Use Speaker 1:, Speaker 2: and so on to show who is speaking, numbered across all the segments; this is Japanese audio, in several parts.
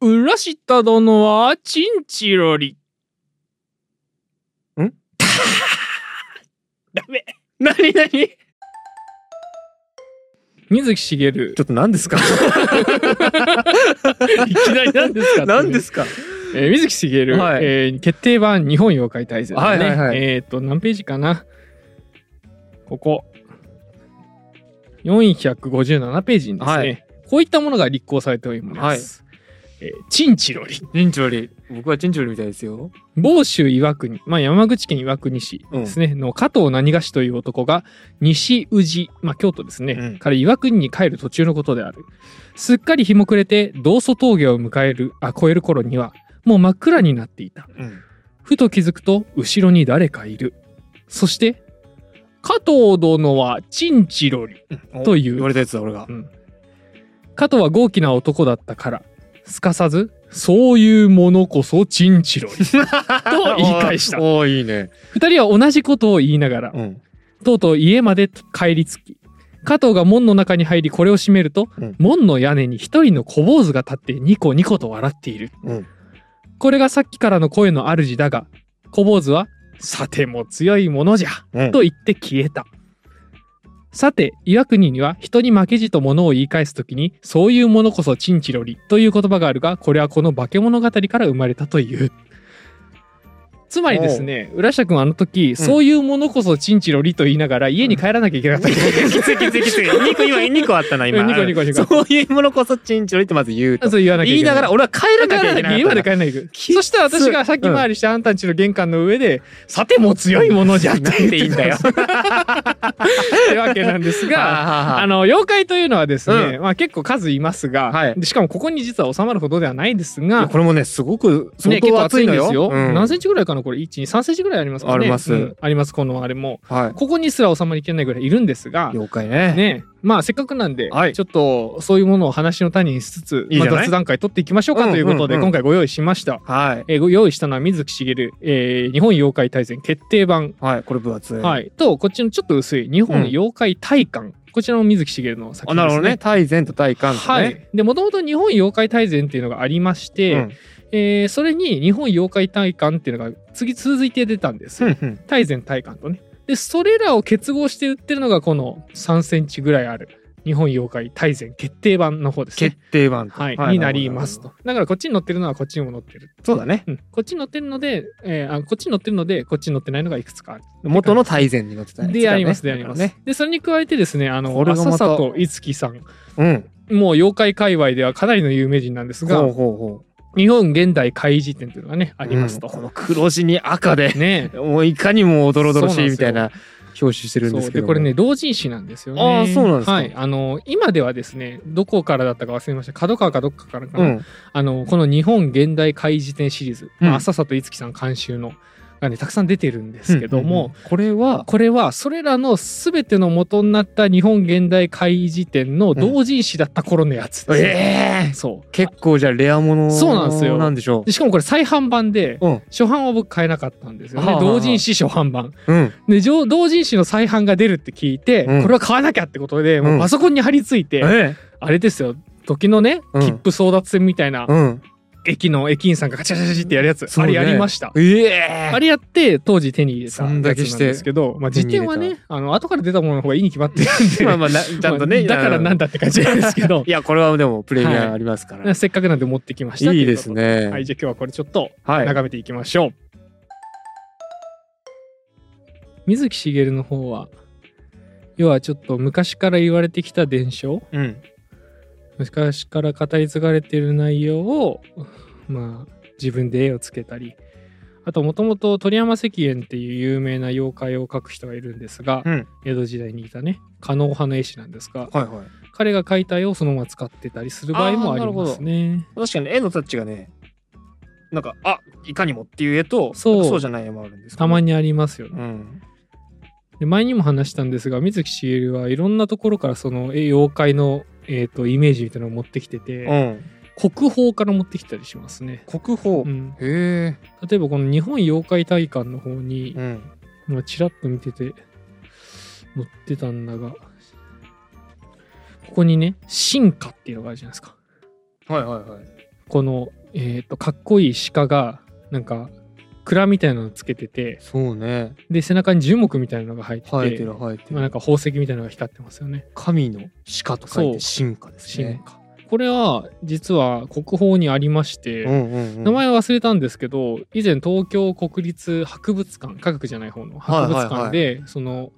Speaker 1: 浦下殿はチンチロリ。
Speaker 2: ん
Speaker 1: ダメ。なになに水木しげる
Speaker 2: ち。ょっと何ですか
Speaker 1: いきなり何ですかってね
Speaker 2: 何ですか
Speaker 1: えー水木しげる、
Speaker 2: はい
Speaker 1: えー決定版日本妖怪大全、ね
Speaker 2: はいはいはい
Speaker 1: えっ、と何ページかなここ457ページにですね、
Speaker 2: はい
Speaker 1: こういったものが立候補されております、えーチンチロリ
Speaker 3: チンチョリ。僕はチンチョリみたいですよ。
Speaker 1: 房州岩国、まあ、山口県岩国市ですね、の加藤何がしという男が西宇治、まあ、京都ですね、
Speaker 2: うん
Speaker 1: から岩国に帰る途中のことであるすっかり日も暮れて道祖峠を迎えるあ越える頃にはもう真っ暗になっていた
Speaker 2: うん
Speaker 1: ふと気づくと後ろに誰かいるそして加藤殿はチンチロリという
Speaker 2: 言われたやつだ俺が
Speaker 1: うん加藤は豪気な男だったからすかさずそういうものこそチンチロリ と言い返した
Speaker 2: おーいいね
Speaker 1: 二人は同じことを言いながら
Speaker 2: うん
Speaker 1: とうとう家まで帰り着き加藤が門の中に入りこれを閉めると、
Speaker 2: うん
Speaker 1: 門の屋根に一人の小坊主が立ってニコニコと笑っている
Speaker 2: うん
Speaker 1: これがさっきからの声の主だが小坊主は「さても強いものじゃ」
Speaker 2: うん
Speaker 1: と言って消えた。さて岩国には人に負けじと物を言い返す時にそういうものこそチンチロリという言葉があるがこれはこの化け物語から生まれたという。つまりですね浦下君はあの時、そういうものこそチンチロリと言いながら家に帰らなきゃいけなかった、
Speaker 2: きついきついきつい2個今2個あったな今
Speaker 1: うん二個二個二個
Speaker 2: そういうものこそチンチョリってまず言う と
Speaker 1: そう言わなきゃ
Speaker 2: 言いながら俺は帰らなきゃい
Speaker 1: 帰らな
Speaker 2: け
Speaker 1: きゃ
Speaker 2: ない
Speaker 1: 家まで帰らないといけないそしたら私が先回りしてあんたんちの玄関の上で「さても強いものじゃ」って言っていいんだよ ってわけなんですが。 あ
Speaker 2: あの
Speaker 1: の妖怪というのはですね、まあ、結構数いますが、
Speaker 2: はい
Speaker 1: でしかもここに実は収まるほどではないですが、
Speaker 2: これもねすご
Speaker 1: ね、
Speaker 2: く相
Speaker 1: 結構
Speaker 2: 当
Speaker 1: 厚
Speaker 2: 熱
Speaker 1: い
Speaker 2: い
Speaker 1: ん
Speaker 2: の
Speaker 1: ですよ、
Speaker 2: うん
Speaker 1: 何センチぐらいかなこれ123センチぐらいありますかね
Speaker 2: あります
Speaker 1: うんありますこのあれも
Speaker 2: はい
Speaker 1: ここにすら収まりきれないぐらいいるんですが
Speaker 2: 妖怪ね
Speaker 1: ねまあせっかくなんで、
Speaker 2: はい
Speaker 1: ちょっとそういうものを話の種にしつつ
Speaker 2: いいじゃない
Speaker 1: まあ、雑談会取っていきましょうかということで、
Speaker 2: うんうんうん
Speaker 1: 今回ご用意しました、
Speaker 2: はい
Speaker 1: えーご用意したのは水木しげる、えー日本妖怪大全決定版
Speaker 2: はいこれ分厚い
Speaker 1: はい、とこっちのちょっと薄い日本妖怪大観、こちらも水木しげるの作
Speaker 2: あ
Speaker 1: 品で
Speaker 2: な
Speaker 1: す、ね、
Speaker 2: るほどね大善と大観と
Speaker 1: は
Speaker 2: ね
Speaker 1: い、でもともと日本妖怪大全っていうのがありまし
Speaker 2: う
Speaker 1: て、
Speaker 2: ん
Speaker 1: えーそれに日本妖怪大観っていうのが次続いて出たんです
Speaker 2: う
Speaker 1: よ、
Speaker 2: んうん
Speaker 1: 大全大観とねでそれらを結合して売ってるのがこの3センチぐらいある日本妖怪大全決定版の方です
Speaker 2: 決
Speaker 1: ね
Speaker 2: 定版と
Speaker 1: はい、になりますとだからこっちに載ってるのはこっちにも載ってる、
Speaker 2: そうだね
Speaker 1: うん、こっちに載ってるので、えーあこっちに載ってるのでこっちに載ってないのがいくつかある
Speaker 2: 元の大善に乗ってたやつだね
Speaker 1: でありますであります、
Speaker 2: だか
Speaker 1: でそれに加えてですねあの
Speaker 2: これがまた
Speaker 1: 浅里いつきさん
Speaker 2: らね
Speaker 1: もう妖怪界隈ではかなりの有名人なんです
Speaker 2: うんほう
Speaker 1: が
Speaker 2: ほうほう
Speaker 1: 日本現代怪事典というのがねありますと、
Speaker 2: うんこの黒字に赤で
Speaker 1: ね
Speaker 2: もういかにもおどろどろしいみたいな表紙してるんで
Speaker 1: そ
Speaker 2: す
Speaker 1: う
Speaker 2: け
Speaker 1: で
Speaker 2: ど
Speaker 1: こ
Speaker 2: も
Speaker 1: れね同人誌なんですよね
Speaker 2: あーそうなんですか
Speaker 1: はいあの今ではですねどこからだったか忘れました角川かどっかからかな、
Speaker 2: うん
Speaker 1: あのこの日本現代怪事典シリーズ、
Speaker 2: うん
Speaker 1: まあ、浅里いつきさん監修のがねたくさん出てるんですけども、
Speaker 2: うんうんうんこれは
Speaker 1: これはそれらの全ての元になった日本現代怪事典の同人誌だった頃のやつです、
Speaker 2: ええ
Speaker 1: そう
Speaker 2: 結構じゃあレアもの
Speaker 1: そうなんですよ
Speaker 2: なんでしょ
Speaker 1: でしかもこれ再販版で
Speaker 2: ううん
Speaker 1: 初版は僕買えなかったんですよね、
Speaker 2: はあはあはあ
Speaker 1: 同人誌初版版
Speaker 2: うん
Speaker 1: でじょう同人誌の再販が出るって聞いて、
Speaker 2: うん
Speaker 1: これは買わなきゃってことでもううんパソコンに貼り付いて、
Speaker 2: え
Speaker 1: あれですよ時のね
Speaker 2: うん
Speaker 1: 切符争奪戦みたいな、
Speaker 2: うん
Speaker 1: 駅の駅員さんがカチャカチャカチャってやるやつ、
Speaker 2: そう
Speaker 1: あれ
Speaker 2: ね
Speaker 1: やりました。
Speaker 2: ええ
Speaker 1: あれやって当時手に入れた
Speaker 2: そんだ
Speaker 1: や
Speaker 2: け
Speaker 1: つ
Speaker 2: し
Speaker 1: なん
Speaker 2: て
Speaker 1: ですけど、まあ、
Speaker 2: 手
Speaker 1: 時
Speaker 2: に入れ
Speaker 1: 点
Speaker 2: た
Speaker 1: はねあの後から出たものの方がいいに決まってるんで、
Speaker 2: まあまあな ちゃんとね
Speaker 1: まあだからなんだって感じなんですけど
Speaker 2: いやこれはでもプレミアありますから
Speaker 1: せっかくなんで持ってきました
Speaker 2: いいです
Speaker 1: とう
Speaker 2: ね
Speaker 1: ことではいじゃあ今日はこれちょっと
Speaker 2: はい
Speaker 1: 眺めていきましょう、水木しげるの方は要はちょっと昔から言われてきた伝承
Speaker 2: うん
Speaker 1: 昔から語り継がれている内容をまあ自分で絵をつけたりあともともと鳥山石燕っていう有名な妖怪を描く人がいるんですが、
Speaker 2: うん
Speaker 1: 江戸時代にいたね狩野派の絵師なんですが
Speaker 2: はいはい
Speaker 1: 彼が描いた絵をそのまま使ってたりする場合もありますね。
Speaker 2: 確かに絵のタッチがねなんかあいかにもっていう絵と
Speaker 1: そう
Speaker 2: そうじゃない絵もあるんですけど
Speaker 1: たまにありますよ
Speaker 2: う
Speaker 1: ね。
Speaker 2: ん
Speaker 1: で前にも話したんですが水木しげるはいろんなところからそのえ妖怪の、えー、とイメージみたいなのを持ってきてて、
Speaker 2: うん
Speaker 1: 国宝から持ってきたりしますね。
Speaker 2: 国宝
Speaker 1: うん、
Speaker 2: へえ
Speaker 1: 例えばこの日本妖怪大観の方に、
Speaker 2: うん
Speaker 1: まあ、ちらっと見てて載ってたんだがここにね「進化」っていうのがあるじゃないですか。
Speaker 2: はいはいはい
Speaker 1: この、えー、とかっこいい鹿がなんか蔵みたいなのつけてて
Speaker 2: そうね。
Speaker 1: で背中に樹木みたいなのが生えてて
Speaker 2: 生えてる生えて
Speaker 1: まあ、な
Speaker 2: る
Speaker 1: ん。か宝石みたいなのが光ってますよね
Speaker 2: 神の鹿と書い
Speaker 1: そう
Speaker 2: て進化です
Speaker 1: 進
Speaker 2: ね。
Speaker 1: 化、これは実は国宝にありまして、
Speaker 2: うんうんうん。
Speaker 1: 名前忘れたんですけど以前東京国立博物館科学じゃない方の博物館で、その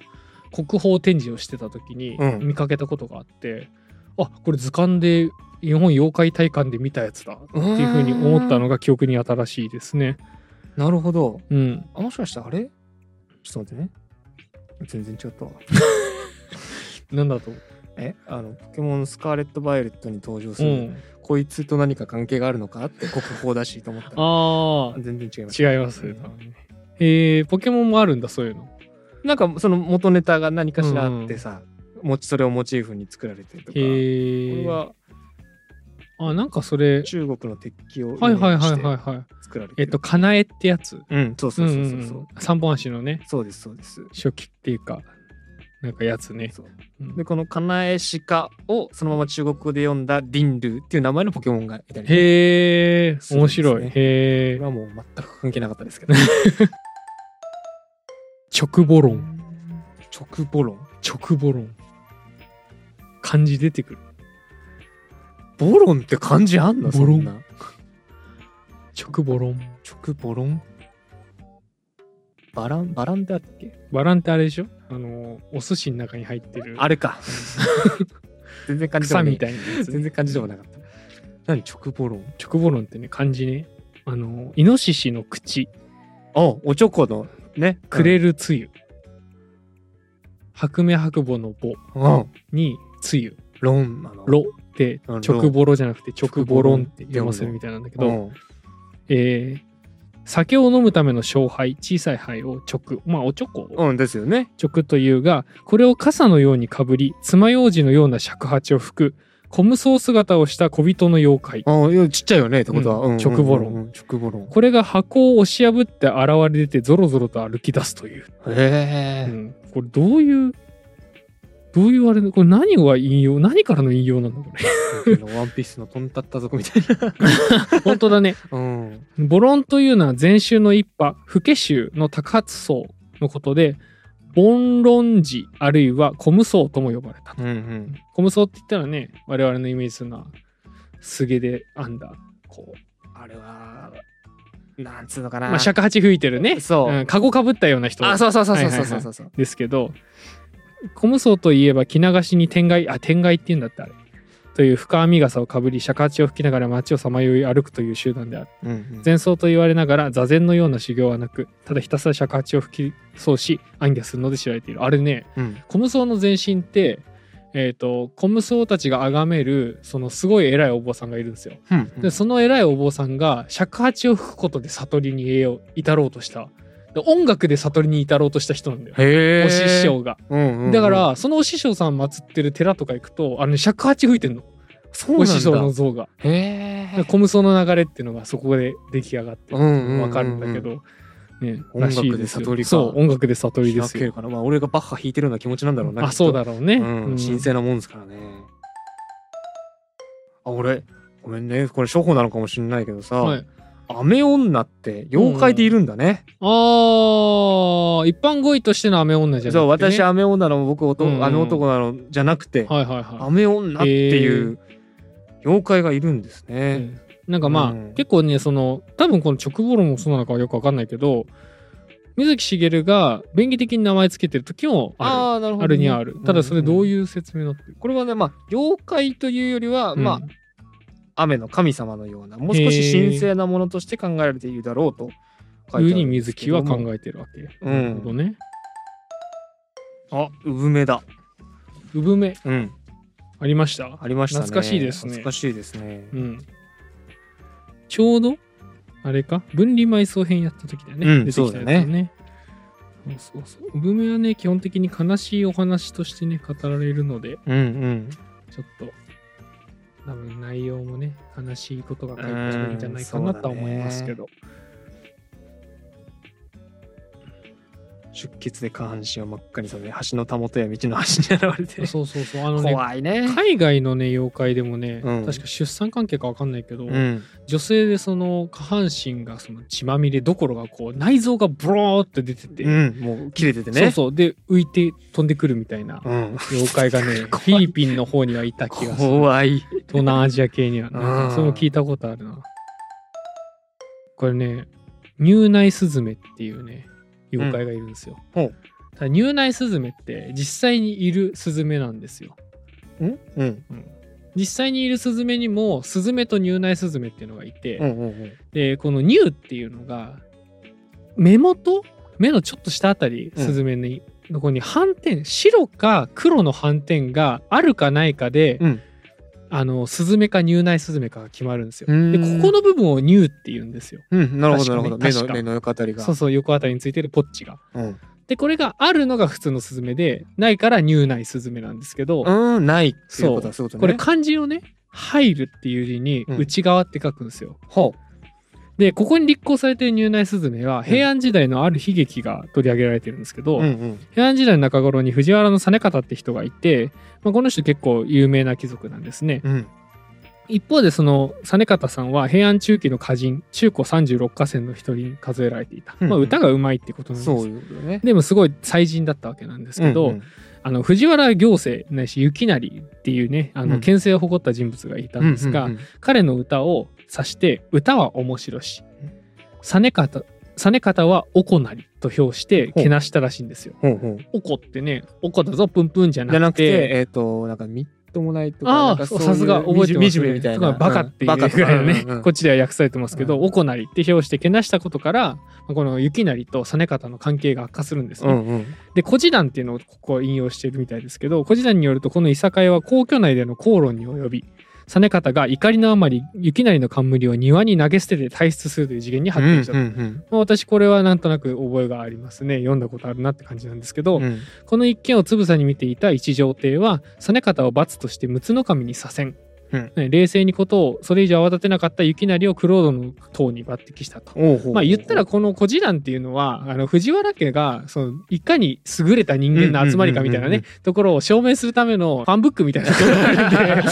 Speaker 1: 国宝展示をしてた時に
Speaker 2: うん
Speaker 1: 見かけたことがあって、あこれ図鑑で日本妖怪体感で見たやつだっていうふうに思ったのが記憶に新しいですね。
Speaker 2: なるほど。
Speaker 1: うん、
Speaker 2: あ、もしかしてあれちょっと待ってね。全然違ったわ。
Speaker 1: なんだと思
Speaker 2: えあの、ポケモンスカーレット・バイオレットに登場す
Speaker 1: う、う
Speaker 2: る、
Speaker 1: ん、
Speaker 2: こいつと何か関係があるのかって国宝だしと思ったら。
Speaker 1: あ
Speaker 2: 全然違います。
Speaker 1: ー違いますね。多分ねえー、ポケモンもあるんだそういうの。
Speaker 2: なんかその元ネタが何かしらあってさ、もちそれをモチーフに作られてるとか、
Speaker 1: え
Speaker 2: これ
Speaker 1: ー、
Speaker 2: は
Speaker 1: あなんかそれ
Speaker 2: 中国の鉄器をイメ
Speaker 1: はいはい
Speaker 2: ージ
Speaker 1: はいはい
Speaker 2: して
Speaker 1: はい。
Speaker 2: 作られて
Speaker 1: え
Speaker 2: る。
Speaker 1: っと、かなえってやつ。
Speaker 2: うん、そうそうそうそうそう。
Speaker 1: んんん三本足のね
Speaker 2: そうですそうです。
Speaker 1: 初期っていうかなんかやつね、
Speaker 2: そう
Speaker 1: うん
Speaker 2: でこのカナエシカをそのまま中国語で読んだリンルーっていう名前のポケモンがいたりね、
Speaker 1: へえ面
Speaker 2: そ
Speaker 1: 白
Speaker 2: う
Speaker 1: い、へ
Speaker 2: ですこれ
Speaker 1: え
Speaker 2: はもう全く関係なかったですけど、
Speaker 1: 直母論
Speaker 2: 直ボロン。
Speaker 1: 直母論漢字出てくる
Speaker 2: ボロンって漢字あんの
Speaker 1: ボ
Speaker 2: そ
Speaker 1: ロン
Speaker 2: んな。
Speaker 1: 直母論
Speaker 2: 直ボロン。バランバランってあったっけ
Speaker 1: バランってあれでしょあのお寿司の中に入ってる
Speaker 2: あれか。 全然感じて
Speaker 1: 草
Speaker 2: もね
Speaker 1: みたいなやつ
Speaker 2: 全然感じでもなかった。何直ボロン
Speaker 1: 直母論ってね漢字ねあのイノシシの口
Speaker 2: あ、おちょこのね、
Speaker 1: くれるつゆ、白目白母の母
Speaker 2: うん。
Speaker 1: につゆ
Speaker 2: ロンなの。
Speaker 1: ロって
Speaker 2: うん
Speaker 1: 直ボロじゃなくて直ボロンって読ませるみたいなんだけど、
Speaker 2: うん
Speaker 1: えー酒を飲むための小杯小さい杯を直まあおちょこを
Speaker 2: うんですよね。
Speaker 1: 直というがこれを傘のようにかぶり爪楊枝のような尺八を吹く小無双姿をした小人の妖怪
Speaker 2: あいやちっちゃいよねってことは。
Speaker 1: うん
Speaker 2: うん
Speaker 1: 直ボロン
Speaker 2: うんうん直ボロン。
Speaker 1: これが箱を押し破って現れ出てゾロゾロと歩き出すという、う
Speaker 2: へえ。
Speaker 1: ん、これどういうどういうあれのこれ何が引用何からの引用なんだこれ
Speaker 2: ワンピースのとんたった族みたい
Speaker 1: 本当だね
Speaker 2: な。うん。
Speaker 1: ボロンというのは禅宗の一派、不家宗の多発層のことで、凡論寺あるいは小無双とも呼ばれた
Speaker 2: う。んうん。
Speaker 1: 小無双って言ったらね、我々のイメージするのは、すげで編んだ、こう、
Speaker 2: あれは、なんつうのかな。
Speaker 1: まあ、尺八吹いてるね、
Speaker 2: そう
Speaker 1: うん、カゴかぶったような人
Speaker 2: あ、そうそうそうそう
Speaker 1: はいはい
Speaker 2: そ
Speaker 1: は
Speaker 2: う
Speaker 1: い
Speaker 2: そうそうそう。
Speaker 1: ですけど、小無双といえば着流しに天外、あ、天外って言うんだってあれ。という深編み傘をかぶり尺八を吹きながら街をさまよい歩くという集団である
Speaker 2: うんうん
Speaker 1: 禅僧と言われながら座禅のような修行はなくただひたすら尺八を吹きそうし暗記するので知られているあれね
Speaker 2: うん。
Speaker 1: 小無双の前身ってえー、と小無双たちが崇めるそのすごい偉いお坊さんがいるんですよ。
Speaker 2: うんうん
Speaker 1: でその偉いお坊さんが尺八を吹くことで悟りに得よう至ろうとしたで音楽で悟りに至ろうとした人なんだよ、
Speaker 2: へえ。
Speaker 1: お師匠が。
Speaker 2: うんうん。
Speaker 1: だから、そのお師匠さん祀ってる寺とか行くとあのね尺八吹いてんの
Speaker 2: そう
Speaker 1: お
Speaker 2: な
Speaker 1: 師
Speaker 2: ん
Speaker 1: 匠の
Speaker 2: だ。
Speaker 1: 像が。
Speaker 2: へ
Speaker 1: だから
Speaker 2: え。
Speaker 1: 小無双の流れっていうのがそこで出来上がってる
Speaker 2: うんうんうんうん
Speaker 1: わかるんだけど、ね、
Speaker 2: 音楽
Speaker 1: らしいすよ
Speaker 2: で悟りか
Speaker 1: そう音楽で悟りで
Speaker 2: 開
Speaker 1: す
Speaker 2: け
Speaker 1: よ
Speaker 2: るかな。まあ俺がバッハ弾いてるような気持ちなんだろうな。き
Speaker 1: あ
Speaker 2: っと
Speaker 1: そうだろうね、
Speaker 2: うん、神聖なもんですからね。あ、俺、ごめんね、これ初歩なのかもしれないけどさ、
Speaker 1: はい、
Speaker 2: 雨女って妖怪でいるんだね。
Speaker 1: あー一般語彙としての雨女じゃなくて、ね、
Speaker 2: そう、私
Speaker 1: は
Speaker 2: 雨女なの、僕男、
Speaker 1: うんうん
Speaker 2: 雨男なのじゃなくて、
Speaker 1: はいは
Speaker 2: 雨女っていう妖怪がいるんです
Speaker 1: い、う
Speaker 2: ね。
Speaker 1: んなんかまあ、
Speaker 2: うん
Speaker 1: 結構ねその多分この直ボロもそうなのかはよくわかんないけど水木しげるが便宜的に名前つけてる時もある
Speaker 2: ああ、なるほど、
Speaker 1: あるにはある、ただそれどう
Speaker 2: い
Speaker 1: いう説明になってる
Speaker 2: うんこれはね、まあ、妖怪というよりは、まあ、雨の神様のような、もう少し神聖なものとして考えられているだろうと書
Speaker 1: うん
Speaker 2: い
Speaker 1: いうふう
Speaker 2: てある
Speaker 1: に
Speaker 2: んで
Speaker 1: 水
Speaker 2: すけ
Speaker 1: 木
Speaker 2: ども
Speaker 1: は考えてるわけ、
Speaker 2: うん
Speaker 1: なるほどね
Speaker 2: あ、産めだ。
Speaker 1: 産め
Speaker 2: うん。
Speaker 1: ありました
Speaker 2: ありましたね。
Speaker 1: 懐かしいですね
Speaker 2: 懐かしいですね
Speaker 1: う。ん、ちょうどあれか分離埋葬編やった時だよね、
Speaker 2: うん
Speaker 1: 出てきたやつ
Speaker 2: そうだ
Speaker 1: ねそうそうそう産めはね基本的に悲しいお話としてね語られるので
Speaker 2: うんうん。
Speaker 1: ちょっと多分内容もね悲しいことが書いてあるんじゃないかなとは思いますけど、
Speaker 2: 出血で下半身を真っ赤に染め橋のたもとや道の端に現れて
Speaker 1: そうそうそうあのね
Speaker 2: 怖いね
Speaker 1: 海外のね妖怪でもね、
Speaker 2: うん
Speaker 1: 確か出産関係か分かんないけど、
Speaker 2: うん
Speaker 1: 女性でその下半身がその血まみれどころがこう内臓がブローって出てて、
Speaker 2: うんもう切れててね
Speaker 1: そうそうで浮いて飛んでくるみたいな
Speaker 2: うん、
Speaker 1: 妖怪がね
Speaker 2: 怖い
Speaker 1: フィリピンの方にはいた気がする
Speaker 2: 怖い
Speaker 1: 東南アジア系にはね
Speaker 2: うん
Speaker 1: それも聞いたことあるなこれね入内スズメっていうね妖怪がいるんですよ、
Speaker 2: うんほう
Speaker 1: ただ入内スズメって実際にいるスズメなんですよ
Speaker 2: うんうん
Speaker 1: 実際にいるスズメにもスズメと入内スズメっていうのがいて、
Speaker 2: うんうん
Speaker 1: でこの乳っていうのが目元目のちょっと下あたり
Speaker 2: うん
Speaker 1: スズメに、のこに斑点白か黒の斑点があるかないかで、
Speaker 2: うん
Speaker 1: あのスズメか乳内スズメかが決まるんですよ。
Speaker 2: うん
Speaker 1: でここの部分を乳って言うんですよ。
Speaker 2: うんうんなるほどなるほど目
Speaker 1: 確か
Speaker 2: の
Speaker 1: に
Speaker 2: 目の横あたりが
Speaker 1: そうそう横あたりについてるポッチが。
Speaker 2: うん、
Speaker 1: でこれがあるのが普通のスズメでないから乳内スズメなんですけど、
Speaker 2: うん、ないっていうことはそういうことね
Speaker 1: これ漢字をね「入る」っていう字に
Speaker 2: うん
Speaker 1: 内側って書くんですよ。
Speaker 2: ほ
Speaker 1: でここに立候補されている入内スズメは平安時代のある悲劇が取り上げられてるんですけ
Speaker 2: う
Speaker 1: ど、
Speaker 2: うんうん
Speaker 1: 平安時代の中頃に藤原の実方って人がいて、まあ、この人結構有名な貴族なんですね
Speaker 2: うん
Speaker 1: 一方でその実方さんは平安中期の歌人中古36歌仙の一人に数えられていた、
Speaker 2: うん
Speaker 1: まあ、歌がうまいってことなんです、
Speaker 2: そういうことね
Speaker 1: でもすごい才人だったわけなんですけど、
Speaker 2: うんうん
Speaker 1: あの藤原行政ないし雪成っていうねあ
Speaker 2: うん
Speaker 1: の権勢を誇った人物がいたんですが、
Speaker 2: うんうんうん
Speaker 1: 彼の歌を指して歌は面白し実方実方はおこなりと評して
Speaker 2: ほう
Speaker 1: けなしたらしいんですよ。
Speaker 2: ほうほう
Speaker 1: おこってねおこだぞプンプンじゃなく
Speaker 2: じ
Speaker 1: て
Speaker 2: ゃなくて、えっ、と、なんか、みっともないとか、な
Speaker 1: あ
Speaker 2: ん
Speaker 1: あ
Speaker 2: かそういう
Speaker 1: さすが覚えてます
Speaker 2: 惨めみたいな。
Speaker 1: とかバカっていうぐらいのね、こっちでは訳されてますけど、
Speaker 2: う
Speaker 1: おこなりって評してけなしたことからまあこの雪成と実方の関係が悪化するんです
Speaker 2: う
Speaker 1: ね。
Speaker 2: んうん。
Speaker 1: で古事談っていうのをここ引用してるみたいですけど古事談によるとこのいさかいは皇居内での口論に及び実方が怒りのあまり雪成の冠を庭に投げ捨てて退出するという事件に発展したと。
Speaker 2: うん
Speaker 1: まあ私これはなんとなく覚えがありますね読んだことあるなって感じなんですけど、
Speaker 2: うんうん。
Speaker 1: この一件をつぶさに見ていた一条帝は実方を罰として陸奥守に左遷、
Speaker 2: うん
Speaker 1: ね冷静にことをそれ以上慌ててなかった雪成を九郎殿の塔に抜擢したと。
Speaker 2: おうほう
Speaker 1: まあ言ったらこの古事談っていうのはあの藤原家がそのいかに優れた人間の集まりかみたいな
Speaker 2: うんうん
Speaker 1: ねところを証明するためのファンブックみたいなところがあるんで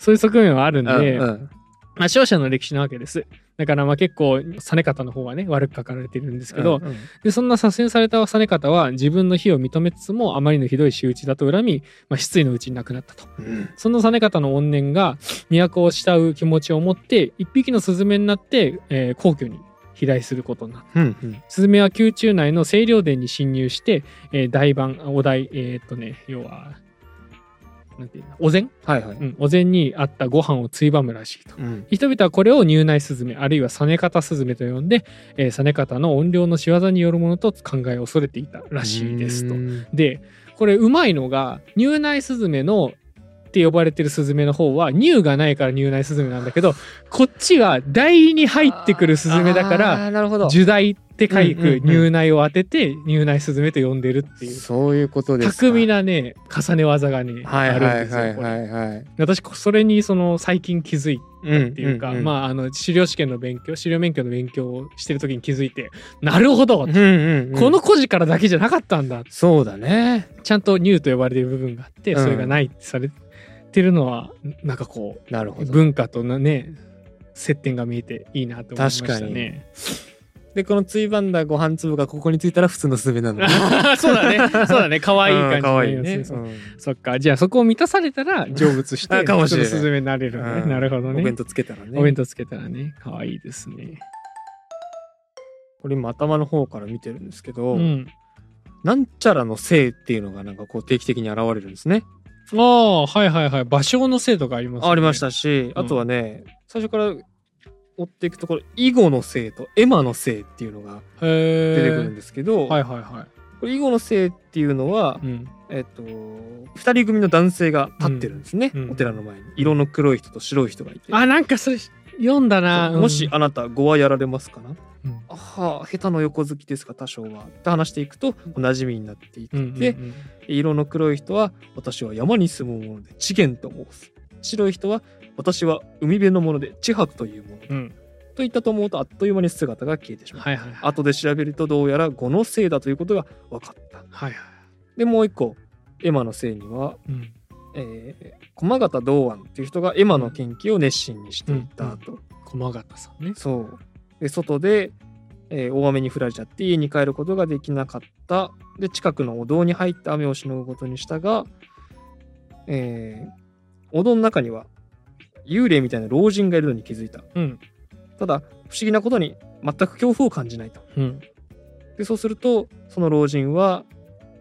Speaker 1: そういう側面はあるんで、
Speaker 2: うんうん
Speaker 1: まあ、勝者の歴史なわけです。だからまあ結構実方の方はね悪く書かれてるんですけど、
Speaker 2: うんうん
Speaker 1: でそんな左遷された実方は自分の非を認めつつもあまりのひどい仕打ちだと恨み、まあ、失意のうちに亡くなったと
Speaker 2: うん
Speaker 1: その実方の怨念が都を慕う気持ちを持って一匹のスズメになって、えー皇居に飛来することになった
Speaker 2: うんうん
Speaker 1: スズメは宮中内の清涼殿に侵入して、えー大番お題えーっとね要はなんていうのお膳、。
Speaker 2: はいはいう
Speaker 1: ん、お膳にあったご飯をついばむらしいと。
Speaker 2: うん
Speaker 1: 人々はこれを入内スズメあるいはサネカタスズメと呼んで、えー、サネカタの怨霊の仕業によるものと考え恐れていたらしいですと
Speaker 2: う。ん
Speaker 1: でこれうまいのが入内スズメのって呼ばれてるスズメの方は乳がないから入内スズメなんだけどこっちは代に入ってくるスズメだか
Speaker 2: あ
Speaker 1: ら
Speaker 2: ー、なるほど。
Speaker 1: 樹代って書
Speaker 2: うんうんう
Speaker 1: く
Speaker 2: ん
Speaker 1: 入内を当てて入内スズメと呼んでるっていう。
Speaker 2: そういうことですか。
Speaker 1: 巧みなね重ね技がね、
Speaker 2: はいは
Speaker 1: あるん
Speaker 2: い
Speaker 1: ですよ
Speaker 2: はい
Speaker 1: こ
Speaker 2: は
Speaker 1: れ
Speaker 2: いはい。
Speaker 1: 私それにその最近気づいて
Speaker 2: うん
Speaker 1: っていうか、
Speaker 2: んん
Speaker 1: まああの狩猟試験の勉強狩猟免許の勉強をしてる時に気づいてなるほど、
Speaker 2: うんうんうん
Speaker 1: この孤児からだけじゃなかったんだ
Speaker 2: そうだね。
Speaker 1: ちゃんとニューと呼ばれてる部分があって、
Speaker 2: うん
Speaker 1: それがないってされてるのはなんかこ
Speaker 2: なるほ
Speaker 1: う
Speaker 2: ど。
Speaker 1: 文化とのね接点が見えていいなと思いましたね。
Speaker 2: で、このついばんだご飯粒がここについたら普通のすべなのね。
Speaker 1: そうだねそうだね 可愛い感じ
Speaker 2: 可愛い
Speaker 1: の
Speaker 2: ね。
Speaker 1: そううんそっかじゃあそこを満たされたら成仏して
Speaker 2: あかもしれない
Speaker 1: 普通のスズメになれるのね、
Speaker 2: うん
Speaker 1: なるほどね
Speaker 2: お弁当つけたらね。
Speaker 1: お弁当つけたらね可愛いですね。
Speaker 2: これ今頭の方から見てるんですけど、
Speaker 1: うん
Speaker 2: なんちゃらの性っていうのがなんかこう定期的に現れるんですね。
Speaker 1: ああはいはいはい場所の制度があります、ね、
Speaker 2: ありましたし、
Speaker 1: うん
Speaker 2: あとはね最初から追っていくところ囲碁の性とエマの性っていうのが
Speaker 1: へ
Speaker 2: 出
Speaker 1: え
Speaker 2: てくるんですけど、
Speaker 1: はいはいは
Speaker 2: これ囲碁の性っていうのは、
Speaker 1: い、うん、
Speaker 2: えっと2人組の男性が立ってるんですね、
Speaker 1: うんうん
Speaker 2: お寺の前に色の黒い人と白い人がいて。
Speaker 1: あなんかそれ読んだな
Speaker 2: そうもし、あなた碁はやられますかな、
Speaker 1: うん
Speaker 2: あはあ下手の横好きですか多少はって話していくとおなじみになっていって、
Speaker 1: うんうん
Speaker 2: で色の黒い人は私は山に住むもので地源と申す白い人は私は海辺のもので地白というものだ
Speaker 1: うん
Speaker 2: とと言ったと思うとあっという間に姿が消えてしまう。
Speaker 1: はいはいはい。
Speaker 2: 後で調べるとどうやら語のせいだということが分かった。
Speaker 1: はいはい。
Speaker 2: でもう一個エマのせいには、
Speaker 1: うん。
Speaker 2: えー駒形道安っていう人がエマの研究を熱心にしていたと。
Speaker 1: 駒形さんね。
Speaker 2: そうで外で、えー大雨に降られちゃって家に帰ることができなかったで近くのお堂に入って雨をしのぐことにしたが、えーお堂の中には幽霊みたいな老人がいるのに気づいた
Speaker 1: うん。
Speaker 2: ただ不思議なことに全く恐怖を感じないと
Speaker 1: うん。
Speaker 2: でそうするとその老人は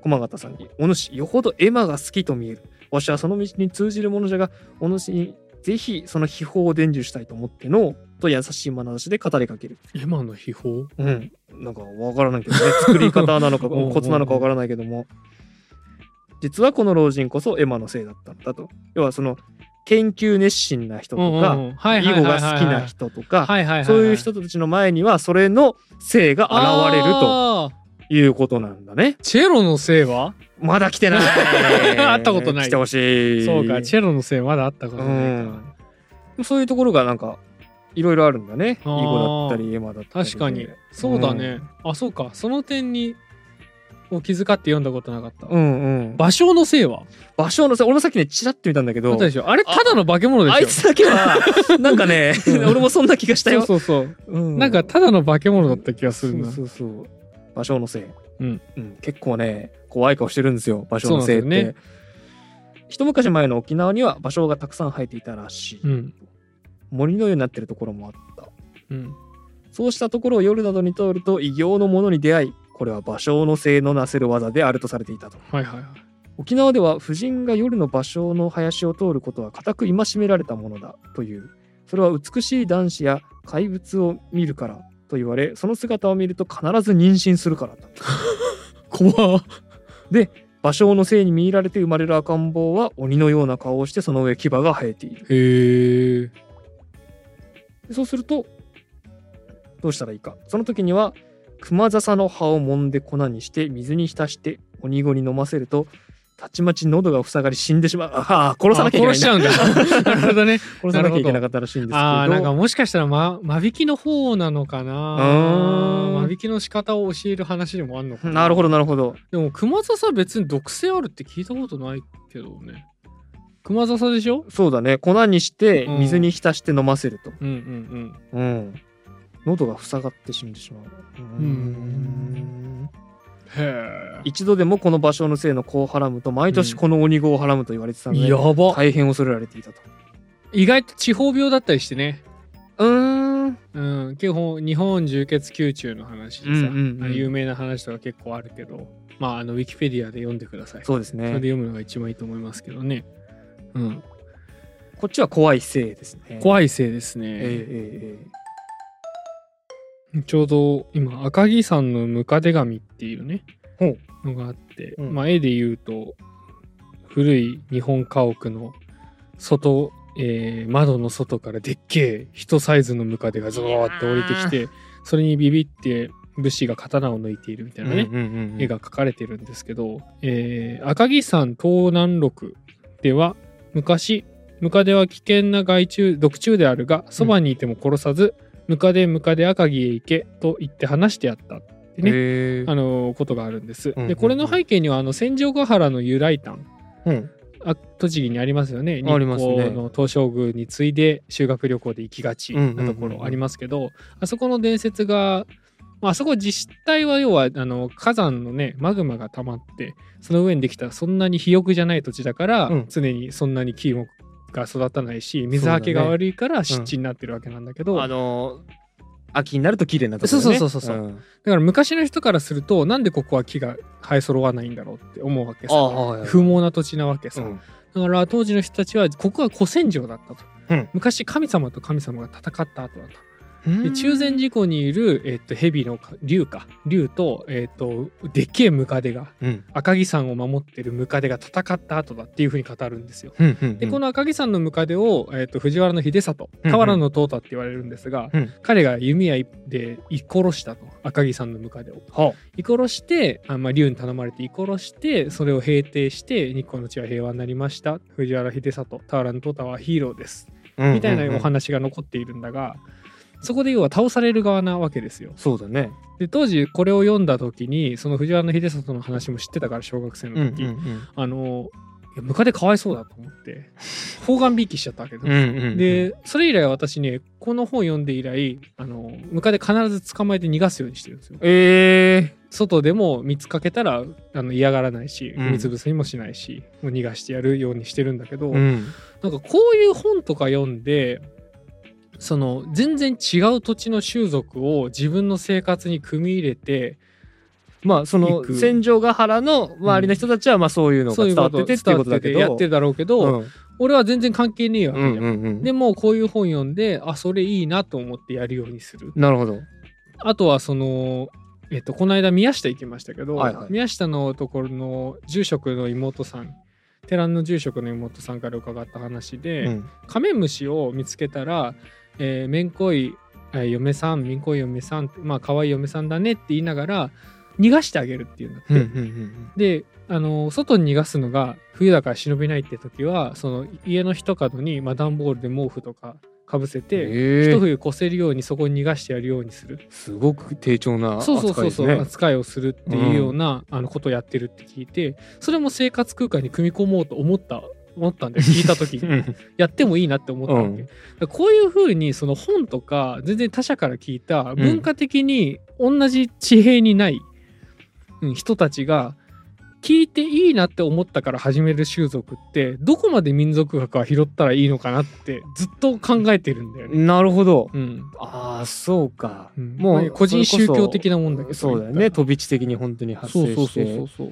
Speaker 2: 駒形さんに「お主よほどエマが好きと見えるわしはその道に通じるものじゃがお主にぜひその秘宝を伝授したいと思っての」と優しい眼差しで語りかける
Speaker 1: 今の秘宝
Speaker 2: うん、なんかわからないけどね作り方な のか
Speaker 1: うんうん
Speaker 2: コツなのかわからないけども実はこの老人こそエマのせいだったんだと要はその研究熱心な人とか囲碁が好きな人とか
Speaker 1: はいはいはいはい、
Speaker 2: そういう人たちの前にはそれの性が現れると
Speaker 1: あー
Speaker 2: いうことなんだね
Speaker 1: チェロのせいは、
Speaker 2: まだ来てない
Speaker 1: 会ったことない
Speaker 2: 来てほしい
Speaker 1: そうかチェロのせいまだあったことないか、
Speaker 2: そういうところがなんかいろいろあるんだね囲
Speaker 1: あー
Speaker 2: 碁だったりエマだったりで
Speaker 1: 確かにそうだね、あそうかその点にを気遣って読んだことなかった、
Speaker 2: うんうん
Speaker 1: 芭蕉のせいは
Speaker 2: 場所のさ俺もさっきねチラッと見たんだけ
Speaker 1: あ
Speaker 2: ど
Speaker 1: ったでしょあれただの化け物でしょ
Speaker 2: あいつだけ はなんかね
Speaker 1: うん
Speaker 2: 俺もそんな気がした
Speaker 1: そう
Speaker 2: よ
Speaker 1: そうそう、
Speaker 2: うん
Speaker 1: なんかただの化け物だった気がするな
Speaker 2: そうそうそう芭蕉のせい、
Speaker 1: ん
Speaker 2: 結構ね怖い顔してるんですよ芭蕉のせいっ
Speaker 1: そ
Speaker 2: て、
Speaker 1: うなんで
Speaker 2: 一昔前の沖縄には芭蕉がたくさん生えていたらしい、
Speaker 1: うん
Speaker 2: 森のようになってるところもあった
Speaker 1: うん
Speaker 2: そうしたところを夜などに通ると異形のものに出会いこれは芭蕉のせいのなせる技であるとされていたと
Speaker 1: はいはいはい
Speaker 2: 沖縄では婦人が夜の芭蕉の林を通ることは固く戒められたものだというそれは美しい男子や怪物を見るからと言われその姿を見ると必ず妊娠するからだ
Speaker 1: 怖っ
Speaker 2: 芭蕉のせいに見入られて生まれる赤ん坊は鬼のような顔をしてその上牙が生えている
Speaker 1: へえ
Speaker 2: そうするとどうしたらいいかその時には熊笹の葉を揉んで粉にして水に浸して鬼子に飲ませるとたちまち喉が塞がり死んでしまうああ殺さなきゃいけない
Speaker 1: 殺しちゃうん だなるほどね
Speaker 2: 殺さなきゃいけなかったらしいんですけど
Speaker 1: あーなんかもしかしたら、ま、間引きの方なのかな
Speaker 2: うーん
Speaker 1: 間引きの仕方を教える話でもあんのかな
Speaker 2: なるほ
Speaker 1: ど
Speaker 2: どなるほど。
Speaker 1: でも熊笹別に毒性あるって聞いたことないけどね熊笹でしょ
Speaker 2: そうだね粉にして
Speaker 1: うん
Speaker 2: 水に浸して飲ませると。
Speaker 1: うんうん
Speaker 2: うん。喉が塞がって死んでしまう。うーん
Speaker 1: うんへ
Speaker 2: 一度でもこの芭蕉のせいの子をはらむと毎年この鬼子をはらむと言われてたの
Speaker 1: え
Speaker 2: で、
Speaker 1: やば
Speaker 2: 大変恐れられていたと。
Speaker 1: 意外と地方病だったりしてね
Speaker 2: うーん。
Speaker 1: うん基本日本充血宮中の話でさ、
Speaker 2: うんうんうん
Speaker 1: 有名な話とか結構あるけどまああのウィキペディアで読んでください
Speaker 2: そうです
Speaker 1: それ
Speaker 2: ね
Speaker 1: で。読むのが一番いいと思いますけどねうん
Speaker 2: こっちは怖いせいですね。い。
Speaker 1: 怖いせいですね、
Speaker 2: ええええ
Speaker 1: ちょうど今赤木さんの「ムカデ紙」っていうね
Speaker 2: ほう
Speaker 1: のがあって、
Speaker 2: うん
Speaker 1: まあ、絵で言うと古い日本家屋の外、えー窓の外からでっけえ人サイズのムカデがゾーって降りてきてそれにビビって武士が刀を抜いているみたいなね、
Speaker 2: うんうんうん
Speaker 1: 絵が描かれてるんですけど、えー赤城山東南録では昔ムカデは危険な害虫毒虫であるがそばにいても殺さず、ムカデムカデ赤城へ行けと言って話してやったってね、
Speaker 2: へえ
Speaker 1: あのことがあるんです。
Speaker 2: うんうんう
Speaker 1: で
Speaker 2: ん
Speaker 1: これの背景にはあの戦場ヶ原の由来譚
Speaker 2: うん
Speaker 1: あ栃木にありますよね。
Speaker 2: ありますね
Speaker 1: 日光の東照宮に次いで修学旅行で行きがちなとこ
Speaker 2: うんうんうんう
Speaker 1: ろ
Speaker 2: ん
Speaker 1: ありますけど、あそこの伝説が、まああそこ自治体は要はあの火山のねマグマが溜まってその上にできたそんなに肥沃じゃない土地だから、
Speaker 2: うん
Speaker 1: 常にそんなに木もが育たないし水はけが悪いから湿地になってるわけなんだけど、
Speaker 2: あのー秋になると綺麗なところ、ね、
Speaker 1: そうそうそうそうそ
Speaker 2: ん
Speaker 1: だから昔の人からするとなんでここは木が生え揃わないんだろうって思うわけ
Speaker 2: あ
Speaker 1: さ
Speaker 2: あはいはい
Speaker 1: 不毛な土地なわけさ、
Speaker 2: うん
Speaker 1: だから当時の人たちはここは古戦場だったと、
Speaker 2: うん
Speaker 1: 昔神様と神様が戦った後だと、
Speaker 2: うん
Speaker 1: で中禅寺湖にいる、えっと蛇のか竜か竜と,、えっとでっけえムカデが
Speaker 2: うん
Speaker 1: 赤城山を守ってるムカデが戦った後だっていうふうに語るんですよ
Speaker 2: うんうんうん
Speaker 1: でこの赤城山のムカデを、えー、と藤原秀里
Speaker 2: うんうん
Speaker 1: 俵の淘汰って言われるんですが、
Speaker 2: うん
Speaker 1: 彼が弓矢で射殺したと赤城山のムカデを
Speaker 2: は
Speaker 1: 射殺してあ、まあ、竜に頼まれて射殺してそれを平定して日光の地は平和になりました藤原秀里俵の淘汰はヒーローです
Speaker 2: あ
Speaker 1: みたいなお
Speaker 2: うんうんうん
Speaker 1: 話が残っているんだが、そこで要は倒される側なわけですよ。
Speaker 2: そうだね。
Speaker 1: で当時これを読んだ時にその藤原秀里の話も知ってたから小学生
Speaker 2: うん
Speaker 1: の
Speaker 2: うん
Speaker 1: 時、あのいやムカデかわいそうだと思って方眼びいきしちゃったわけです
Speaker 2: うん。うんうんうん、
Speaker 1: でそれ以来私ねこの本読んで以来あのムカデ必ず捕まえて逃がすようにしてるんですよ。
Speaker 2: え
Speaker 1: 外でも見つかけたらあの嫌がらないし
Speaker 2: うん
Speaker 1: 見つぶせにもしないし、もう逃がしてやるようにしてるんだけど、
Speaker 2: ー、うん。
Speaker 1: なんかこういう本とか読んでその全然違う土地の習俗を自分の生活に組み入れて
Speaker 2: まあそ
Speaker 1: 行
Speaker 2: の
Speaker 1: く
Speaker 2: 戦場ヶ原の周りの人たちはまあそういうのが
Speaker 1: そうい
Speaker 2: 伝
Speaker 1: うこ
Speaker 2: わ
Speaker 1: と
Speaker 2: っててっていうことだけど。
Speaker 1: 伝わっててやってるだろうけど、
Speaker 2: うん
Speaker 1: 俺は全然関係ねえよ、
Speaker 2: うんうんうん。
Speaker 1: でもこういう本読んであそれいいなと思ってやるようにする
Speaker 2: なるほど。
Speaker 1: あとはそのえっとこの間宮下行きましたけど、
Speaker 2: はいはい
Speaker 1: 宮下のところの住職の妹さん寺の住職の妹さんから伺った話で、
Speaker 2: うん
Speaker 1: カメムシを見つけたら「えー、めんこい、えー嫁さんめんこい嫁さんまあ可愛い嫁さんだね」って言いながら逃がしてあげるっていうんだって、
Speaker 2: うんうんうん
Speaker 1: であの外に逃がすのが冬だから忍びないって時はその家の一角に、まあ、段ボールで毛布とかかぶせて、
Speaker 2: え
Speaker 1: 一
Speaker 2: ー、
Speaker 1: 冬越せるようにそこに逃がしてやるようにする
Speaker 2: すごく低調な
Speaker 1: そうそうそ
Speaker 2: 扱い
Speaker 1: う
Speaker 2: です
Speaker 1: そう
Speaker 2: ね。
Speaker 1: 扱いをするっていうような、あのことをやってるって聞いてそれも生活空間に組み込もうと思った思ったんで聞いた時に
Speaker 2: うん
Speaker 1: やってもいいなって思ったわけ、
Speaker 2: うん
Speaker 1: だからこういうふうにその本とか全然他者から聞いた文化的に同じ地平にない、うん人たちが聞いていいなって思ったから始める習俗ってどこまで民族学は拾ったらいいのかなってずっと考えてるんだよね。
Speaker 2: なるほど。
Speaker 1: うん
Speaker 2: ああそうか。
Speaker 1: うん
Speaker 2: も
Speaker 1: ま
Speaker 2: う
Speaker 1: あ個人宗教的なもんだけど
Speaker 2: そうだよね
Speaker 1: と
Speaker 2: 飛び地的に本当に発
Speaker 1: そう
Speaker 2: 生
Speaker 1: そう
Speaker 2: し
Speaker 1: そうそ
Speaker 2: て
Speaker 1: うそう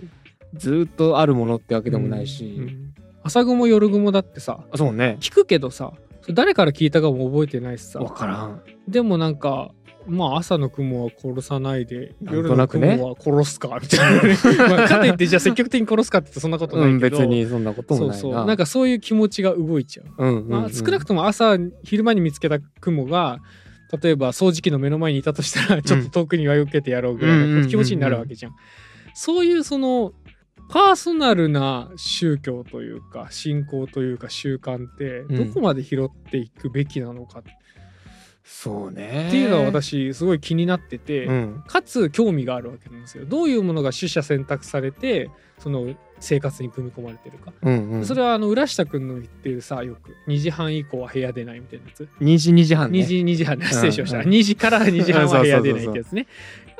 Speaker 2: ずーっとあるものってわけでもないし、
Speaker 1: うんうん朝雲夜雲だってさ
Speaker 2: あそうね
Speaker 1: 聞くけどさそれ誰から聞いたかも覚えてないしさ
Speaker 2: わからん
Speaker 1: でもなんかまあ朝の雲は殺さないで
Speaker 2: なん
Speaker 1: 夜
Speaker 2: と
Speaker 1: の
Speaker 2: なくね
Speaker 1: 雲は殺すかみたい なね、まあかといってじゃあ積極的に殺すかって言うとそんなこと
Speaker 2: う
Speaker 1: ない
Speaker 2: ん
Speaker 1: けど、
Speaker 2: 別にそんなことも
Speaker 1: そ
Speaker 2: ないうな
Speaker 1: そうなんかそういう気持ちが動いちゃう、
Speaker 2: うんうんうん
Speaker 1: まあ、少なくとも朝昼間に見つけた雲が例えば掃除機の目の前にいたとしたらちょっと遠くに追い受けてやろうぐらいの気持ちになるわけじゃん。そういうそのパーソナルな宗教というか信仰というか習慣ってどこまで拾っていくべきなのかっ
Speaker 2: そうね
Speaker 1: っていうのは私すごい気になってて、
Speaker 2: うん
Speaker 1: かつ興味があるわけなんですよどういうものが取捨選択されてその生活に組み込まれてるか、
Speaker 2: うんうん
Speaker 1: それはあの浦下君の言ってるさよく2時半以降は部屋出ないみたいなやつ、
Speaker 2: 2時2時半ね
Speaker 1: 2時2時半ね失礼しました、
Speaker 2: うんうん
Speaker 1: 2時から2時半は部屋出ないっ
Speaker 2: そうそうそうそう
Speaker 1: てやつね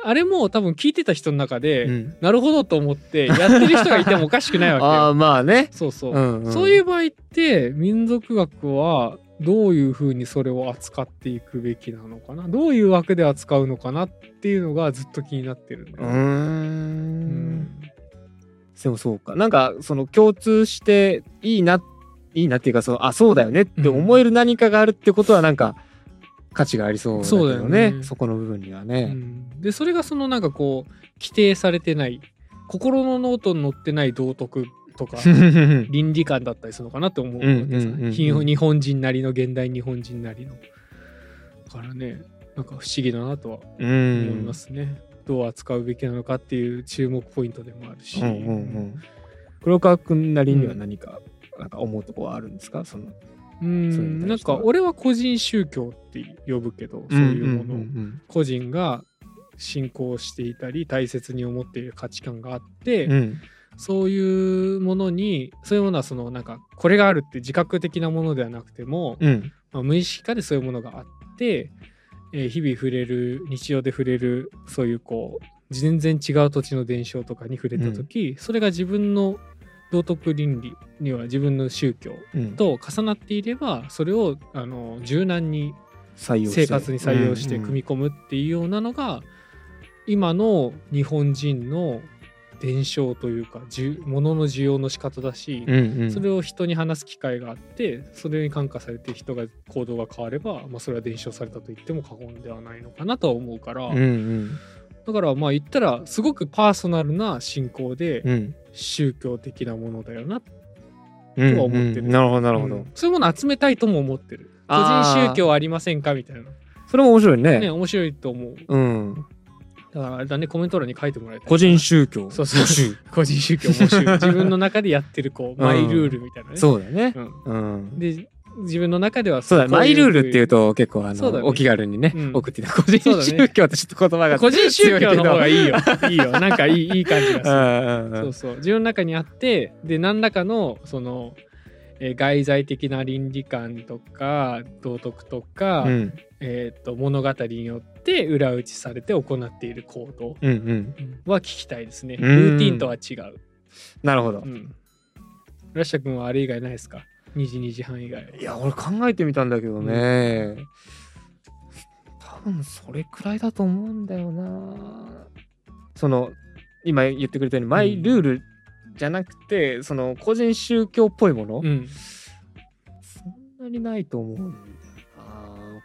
Speaker 1: あれも多分聞いてた人の中で、
Speaker 2: うん
Speaker 1: なるほどと思ってやってる人がいてもおかしくないわけよ
Speaker 2: ああまあね
Speaker 1: そうそう、
Speaker 2: うんうん
Speaker 1: そういう場合って民族学はどういうふうにそれを扱っていくべきなのかなどういう枠で扱うのかなっていうのがずっと気になってるんだ
Speaker 2: うー
Speaker 1: よ
Speaker 2: ん
Speaker 1: ね、
Speaker 2: でもそうかなんかその共通していいないいなっていうかそのあそうだよねって思える何かがあるってことはなんか価値がありそうだけどね
Speaker 1: そ
Speaker 2: そう
Speaker 1: だよね
Speaker 2: この部分には
Speaker 1: う
Speaker 2: ね、
Speaker 1: んでそれがそのなんかこう規定されてない心のノートに載ってない道徳と か倫理観だったりするのかなって思うわけですよ
Speaker 2: うんうんうんう
Speaker 1: ね
Speaker 2: ん
Speaker 1: 日本日本人なりの現代日本人なりのだからねなんか不思議だなとは
Speaker 2: う
Speaker 1: 思い
Speaker 2: ん
Speaker 1: ますね、どう扱うべきなのかっていう注目ポイントでもあるし、
Speaker 2: うんうんうん黒川君なりには何か、なんか思うとこはあるんですかその
Speaker 1: う
Speaker 2: そういうの
Speaker 1: ん
Speaker 2: に
Speaker 1: な
Speaker 2: 対
Speaker 1: ん
Speaker 2: しては
Speaker 1: か俺は個人宗教って呼ぶけどそういうものを、
Speaker 2: んん
Speaker 1: 個人が信仰していたり大切に思っている価値観があって、
Speaker 2: うんうん
Speaker 1: そういうものにそういうものはそのなんかこれがあるって自覚的なものではなくても、
Speaker 2: うん
Speaker 1: まあ、無意識化でそういうものがあって、えー日々触れる日常で触れるそういうこう全然違う土地の伝承とかに触れた時、それが自分の道徳倫理には自分の宗教
Speaker 2: うん
Speaker 1: と重なっていればそれをあの柔軟に
Speaker 2: 採用して
Speaker 1: 生活に採用して組み込むっていうようなのが今の日本人の伝承というかじゅものの需要の仕方だし
Speaker 2: うんうんうん
Speaker 1: それを人に話す機会があってそれに感化されて人が行動が変われば、まあ、それは伝承されたと言っても過言ではないのかなとは思うから、
Speaker 2: うんうん
Speaker 1: だからまあ言ったらすごくパーソナルな信仰で
Speaker 2: うん
Speaker 1: 宗教的なものだよな
Speaker 2: うん
Speaker 1: とは思ってる
Speaker 2: うんなるほどなるほど、
Speaker 1: うんそういうもの集めたいとも思ってる個人
Speaker 2: あー
Speaker 1: 宗教ありませんかみたいな
Speaker 2: それも面白いね
Speaker 1: ね面白いと思う
Speaker 2: うん
Speaker 1: だからあれだねコメント欄に書いてもらいたい
Speaker 2: 個人宗教
Speaker 1: そうそう
Speaker 2: 募集
Speaker 1: 個人 宗教面白い自分の中でやってるこうマイルールみたいなね、
Speaker 2: そうだね
Speaker 1: うん
Speaker 2: うん
Speaker 1: で自分の中では
Speaker 2: そうだ、マイルールっていううと結構あ
Speaker 1: そうだ
Speaker 2: の、
Speaker 1: ね
Speaker 2: お気軽にね
Speaker 1: うん、
Speaker 2: 送っていた。個人
Speaker 1: そうだね
Speaker 2: 宗教ってちょっと言葉が。
Speaker 1: 個人宗教の方がいいよ
Speaker 2: 強けど。
Speaker 1: いいよなんかいい いい感じがす
Speaker 2: う
Speaker 1: る
Speaker 2: んうんう
Speaker 1: そ
Speaker 2: ん
Speaker 1: うそう自分の中にあってで何らかのその、えー外在的な倫理観とか道徳とか、
Speaker 2: うん
Speaker 1: えー、と物語によって裏打ちされて行っている行動
Speaker 2: うんうん。
Speaker 1: は聞きたいですね
Speaker 2: うん
Speaker 1: ルーティンとは違う
Speaker 2: なるほど
Speaker 1: う。んラッシャ君はあれ以外ないですか2時2時半以外
Speaker 2: いや、俺考えてみたんだけどね。多分それくらいだと思うんだよな。
Speaker 3: その今言ってくれたようにマイルールじゃなくて、その個人宗教っぽいもの、
Speaker 1: うん
Speaker 3: そんなにないと思うんだよな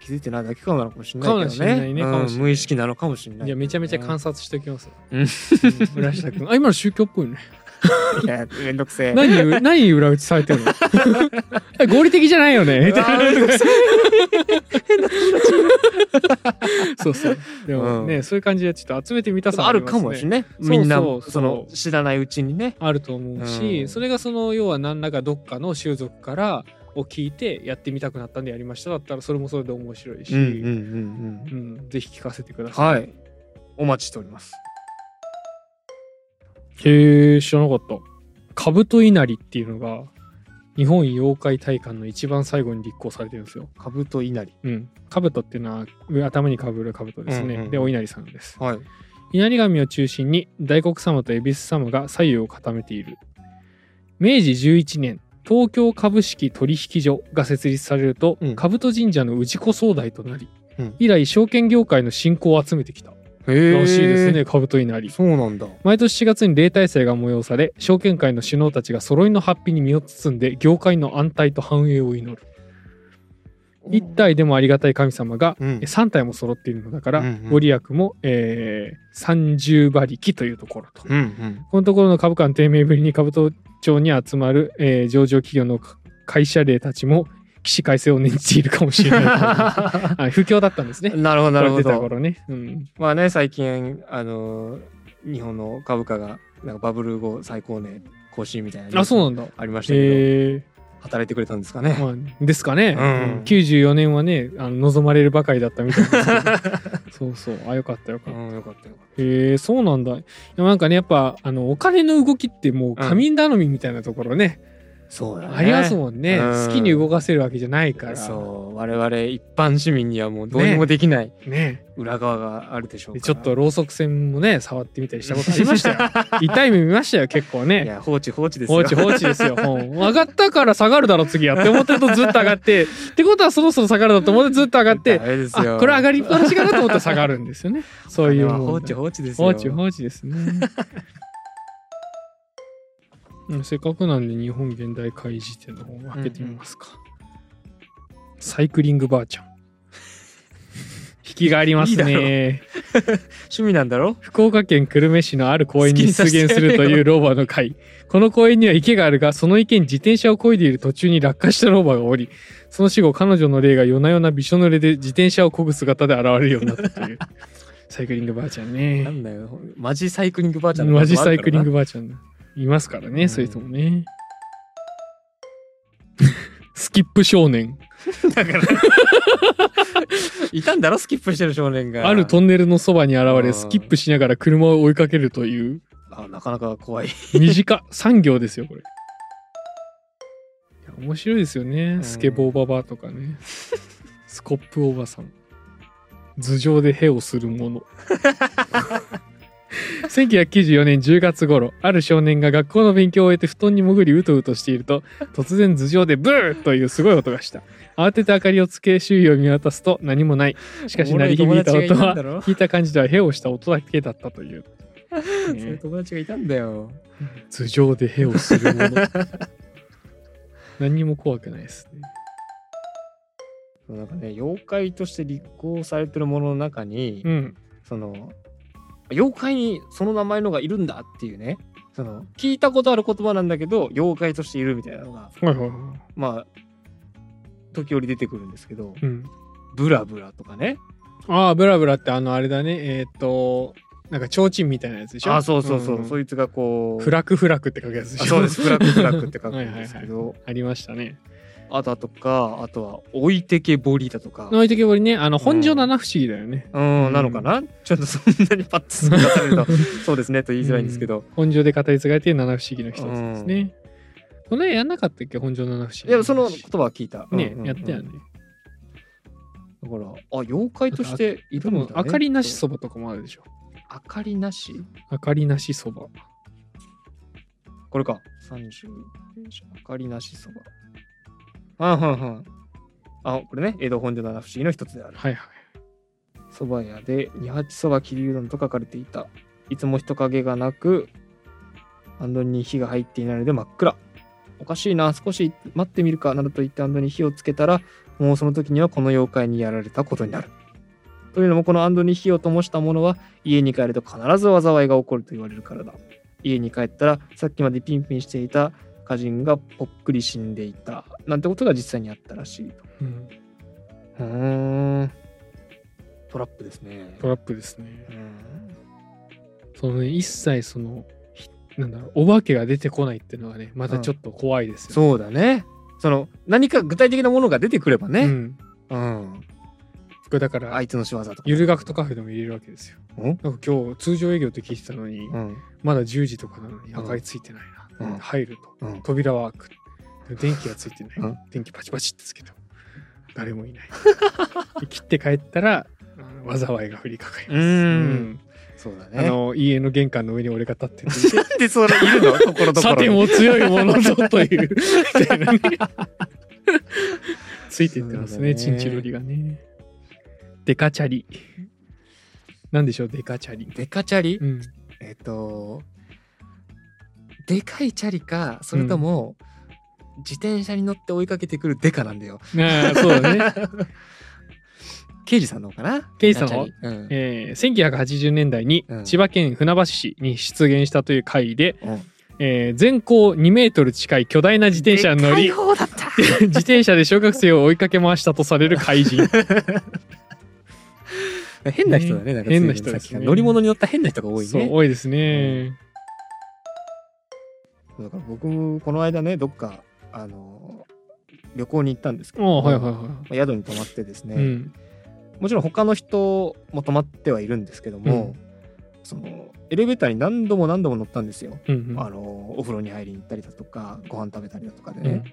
Speaker 3: 気づいてないだけかもなのかもしれない
Speaker 1: かも
Speaker 3: け
Speaker 1: し
Speaker 3: ど
Speaker 1: れな
Speaker 3: ね
Speaker 1: いねかもしれない
Speaker 3: うん無意識なのかもしれない
Speaker 1: いやめちゃめちゃ
Speaker 3: 感
Speaker 1: 観察しておき ます
Speaker 2: うん
Speaker 1: うんラッシャ君あ今の宗教っぽいね
Speaker 3: いやめんどくせえ
Speaker 1: 何何裏打ちされてるの え合理的じゃないよ ねみたいな
Speaker 3: あー
Speaker 1: そうそう。でもね、そういう感じでちょっと集めてみたさ
Speaker 3: あるかもしれ
Speaker 1: ない。
Speaker 3: ない、
Speaker 1: そう
Speaker 3: みんな
Speaker 1: そうそう
Speaker 3: その知らないうちにね
Speaker 1: あると思うし、
Speaker 2: うん
Speaker 1: それがその要は何らかどっかの習俗からを聞いてやってみたくなったんでやりましただったらそれもそれで面白いし、
Speaker 2: うんうんうんうん。
Speaker 1: うんぜひ聞かせてください。
Speaker 3: はいお待ちしております
Speaker 1: へえ知らなかった。兜稲荷っていうのが日本妖怪大観の一番最後に立候補されてるんですよ。
Speaker 3: 株と稲荷
Speaker 1: うん。兜っていうのは上頭にかぶる兜ですね。
Speaker 2: うんうん
Speaker 1: でお稲荷さんです。
Speaker 3: はい
Speaker 1: 稲荷神を中心に大黒様と恵比寿様が左右を固めている明治11年東京株式取引所が設立されると、
Speaker 2: うん
Speaker 1: 兜神社の氏子総代となり、
Speaker 2: うん
Speaker 1: 以来証券業界の振興を集めてきた
Speaker 2: へ
Speaker 1: らしいですね、
Speaker 2: ね。
Speaker 1: 兜稲荷
Speaker 2: そうなんだ。
Speaker 1: 毎年4月に例大祭が催され証券界の首脳たちが揃いの発品に身を包んで業界の安泰と繁栄を祈る一体でもありがたい神様が
Speaker 2: うん
Speaker 1: 3体も揃っているのだから、
Speaker 2: うんうん
Speaker 1: ご利益も、えー、30馬力というところと、
Speaker 2: うんうん。
Speaker 1: このところの株価の低迷ぶりに株頭町に集まる、えー上場企業の会社例たちも起死回生を念じているかもしれない はい不況だったんですね。
Speaker 2: なるほどなるほ
Speaker 1: これ出た
Speaker 2: ど。
Speaker 1: 頃ね、うん、
Speaker 2: まあね最近あのー日本の株価がなんかバブル後最高値更新みたいなニュー
Speaker 1: あ
Speaker 2: ス
Speaker 1: そうなんだ。
Speaker 2: ありましたけど、
Speaker 1: え
Speaker 2: 働いてくれたんですかね。
Speaker 1: ーまあ、ですかね、
Speaker 2: うん
Speaker 1: 94年はねあの望まれるばかりだったみたいですけ どそうそうあよかったよか
Speaker 2: う
Speaker 1: った、
Speaker 2: んよかったよかっ
Speaker 1: へえそうなんだいやなんかねやっぱあのお金の動きってもう神頼みみたいなところね、
Speaker 2: た。そうだね。
Speaker 1: ありますもんね、
Speaker 2: うん
Speaker 1: 好きに動かせるわけじゃないから
Speaker 2: そう我々一般市民にはもうどうにもできない
Speaker 1: ね
Speaker 2: 裏側があるでしょう
Speaker 1: で
Speaker 2: から。
Speaker 1: ちょっとろうそく線もね触ってみたりしたことありました よ痛い目見ましたよ結構
Speaker 2: い
Speaker 1: ね
Speaker 2: や放置放置です
Speaker 1: 放
Speaker 2: よ。
Speaker 1: 置 放置ですよもう上がったから下がるだろ次はって思ってるとずっと上がってってことはそろそろ下がるだと思ってずっと上がって
Speaker 2: であれですよ。
Speaker 1: あこれ上がりっぱなしかなと思ったら下がるんですよ ねそういう
Speaker 2: あれは
Speaker 1: も
Speaker 2: 放
Speaker 1: ん
Speaker 2: 置
Speaker 1: だ
Speaker 2: 放置ですよ。
Speaker 1: 放置放置ですねうんせっかくなんで日本現代会議典の方を開けてみますか、サイクリングばあちゃん 引きがありますね
Speaker 2: いいだ趣味なんだろ。
Speaker 1: 福岡県久留米市のある公園に出現するという老婆の会この公園には池があるがその池に自転車を漕いでいる途中に落下した老婆がおりその死後彼女の霊が夜な夜なびしょ濡れで自転車を漕ぐ姿で現れるようになったというサイクリングばあちゃん
Speaker 2: な
Speaker 1: ね
Speaker 2: んだよ。マジサイクリングばあちゃんの
Speaker 1: マジサイクリン
Speaker 2: グ。
Speaker 1: グばあちゃんいますからね、
Speaker 2: うん
Speaker 1: そういう人もねスキップ少年
Speaker 2: いたんだろスキップしてる少年が。
Speaker 1: あるトンネルのそばに現
Speaker 2: う
Speaker 1: れ
Speaker 2: ん
Speaker 1: スキップしながら車を追いかけるという
Speaker 2: あなかなか怖い。
Speaker 1: 短産業ですよこれいや面白いですよねスケボーババアとかね、スコップおばさん頭上でヘをするもの 1994年10月頃ある少年が学校の勉強を終えて布団に潜りうとうとしていると突然頭上でブーというすごい音がした慌てて明かりをつけ周囲を見渡すと何もないしかし鳴り響いた音は聞いた感じではヘをした音だけだったと いう、
Speaker 2: そうい
Speaker 1: ね
Speaker 2: う友達がいたんだよ。
Speaker 1: 頭上でへをするもの 何にも怖くないですね
Speaker 2: なんかね、妖怪として立候補されてるものの中に、
Speaker 1: うん
Speaker 2: その、妖怪にその名前のがいるんだっていうね、その、聞いたことある言葉なんだけど、妖怪としているみたいなのが、
Speaker 1: はいはいは
Speaker 2: まあ、時折出てくるんですけど、
Speaker 1: い、うん、
Speaker 2: ブラブラとかね。
Speaker 1: ああブラブラってあのあれだねえーっ、となんか提灯みたいなやつでしょ
Speaker 2: あ、そうそうそう、
Speaker 1: ん
Speaker 2: そいつがこう、
Speaker 1: フラクフラクって書くやつで
Speaker 2: あ
Speaker 1: しょ
Speaker 2: そうです、フラックフラックって書く
Speaker 1: はい
Speaker 2: ん
Speaker 1: はい
Speaker 2: です
Speaker 1: は
Speaker 2: け
Speaker 1: い
Speaker 2: ど、
Speaker 1: ありましたね
Speaker 2: あだとかあとは置いてけぼりだとか
Speaker 1: 置いてけぼりね、あの、本庄七不思議だよね。
Speaker 2: うんなのかなちょっとそんなにパッと出さ れるとそうですねと言いづらいんですけど
Speaker 1: 本庄で語り継がれている七不思議の一つですね。この絵やんなかったっけ本庄七不思議。
Speaker 2: いやその言葉は聞いた
Speaker 1: ね
Speaker 2: う、んうん
Speaker 1: やったよね。
Speaker 2: だからあ妖怪としてい
Speaker 1: 多
Speaker 2: るんだ
Speaker 1: 分
Speaker 2: ね、
Speaker 1: 明かりなしそばとかもあるでしょ。
Speaker 2: 明かりなし
Speaker 1: 明かりなしそば。
Speaker 2: これか
Speaker 3: 30ページ明かりなしそば。あはんはん。あ、これね、江戸本所七不思議の一つである。
Speaker 1: はいはい。
Speaker 3: そば屋で二八そば切りうどんと書かれていた。いつも人影がなく、アンドに火が入っていないので真っ暗。おかしいな、少し待ってみるかなどと言ってアンドに火をつけたら、もうその時にはこの妖怪にやられたことになる。というのも、このアンドに火を灯した者は、家に帰ると必ず災いが起こると言われるからだ。家に帰ったら、さっきまでピンピンしていた家人がぽっくり死んでいた。なんてことが実際にあったらしい。
Speaker 1: うん、
Speaker 3: うーん。
Speaker 2: トラップですね
Speaker 1: トラップですね
Speaker 3: う。ん
Speaker 1: そのね、一切その、ひなんだろう、お化けが出てこないっていうのはね、またちょっと怖いですよ、
Speaker 2: そうだねその何か具体的なものが出てくれば
Speaker 1: う
Speaker 2: ね
Speaker 1: ん。
Speaker 2: うん
Speaker 1: これだから
Speaker 2: あ、いつの仕業とか
Speaker 1: ゆる学徒カフェでも入れるわけですよ。
Speaker 2: お
Speaker 1: なんか今日通常営業って聞いてたのに、
Speaker 2: うん
Speaker 1: まだ10時とかなのに
Speaker 2: うん
Speaker 1: 明かりついてないな。
Speaker 2: うん
Speaker 1: 入ると、
Speaker 2: うん
Speaker 1: 扉は開く。でも電気がついてない。
Speaker 2: うん
Speaker 1: 電気パチパチってつけても誰もい ない。で切って帰ったら、あの災いが降りかかります。
Speaker 2: う
Speaker 1: うんん
Speaker 2: そうだね
Speaker 1: あの家の玄関の上に俺が立ってて
Speaker 2: なんでそれいる のところどこ
Speaker 1: さ
Speaker 2: ろ
Speaker 1: て
Speaker 2: に
Speaker 1: も強いものぞとい うみたいなねついていってますね
Speaker 2: そうだね
Speaker 1: チンチロリがねデカチャリなんでしょうデカチャリ
Speaker 2: デカチャリ
Speaker 1: うん
Speaker 2: えっとでかいチャリかそれとも、自転車に乗って追いかけてくるデカなんだよ。
Speaker 1: ああそうだ ね
Speaker 2: 刑事さんの方かな
Speaker 1: 刑事さんの方
Speaker 2: デカチャリうん
Speaker 1: えー1980年代に
Speaker 2: うん
Speaker 1: 千葉県船橋市に出現したという会で、
Speaker 2: うん
Speaker 1: えー全高2メートル近い巨大な自転車に乗り
Speaker 2: でかい方だった。
Speaker 1: 自転車で小学生を追いかけ回したとされる怪人
Speaker 2: 変な人だね。なんか
Speaker 1: 変な人ですね
Speaker 2: さっきから乗り物に乗った変な人が多い
Speaker 1: そう
Speaker 2: ね。
Speaker 1: 多いですね、
Speaker 2: だから僕、この間ね、どっか、あの、旅行に行ったんですけ
Speaker 1: う
Speaker 2: ど、
Speaker 1: はいはい
Speaker 2: ま
Speaker 1: は
Speaker 2: あ宿に泊まってですね、
Speaker 1: い、うん、
Speaker 2: もちろん他の人も泊まってはいるんですけども、その、エレベーターに何度も何度も乗ったんですよ。
Speaker 1: うんうん
Speaker 2: あの、お風呂に入りに行ったりだとか、ご飯食べたりだとかで
Speaker 1: う
Speaker 2: ね
Speaker 1: ん。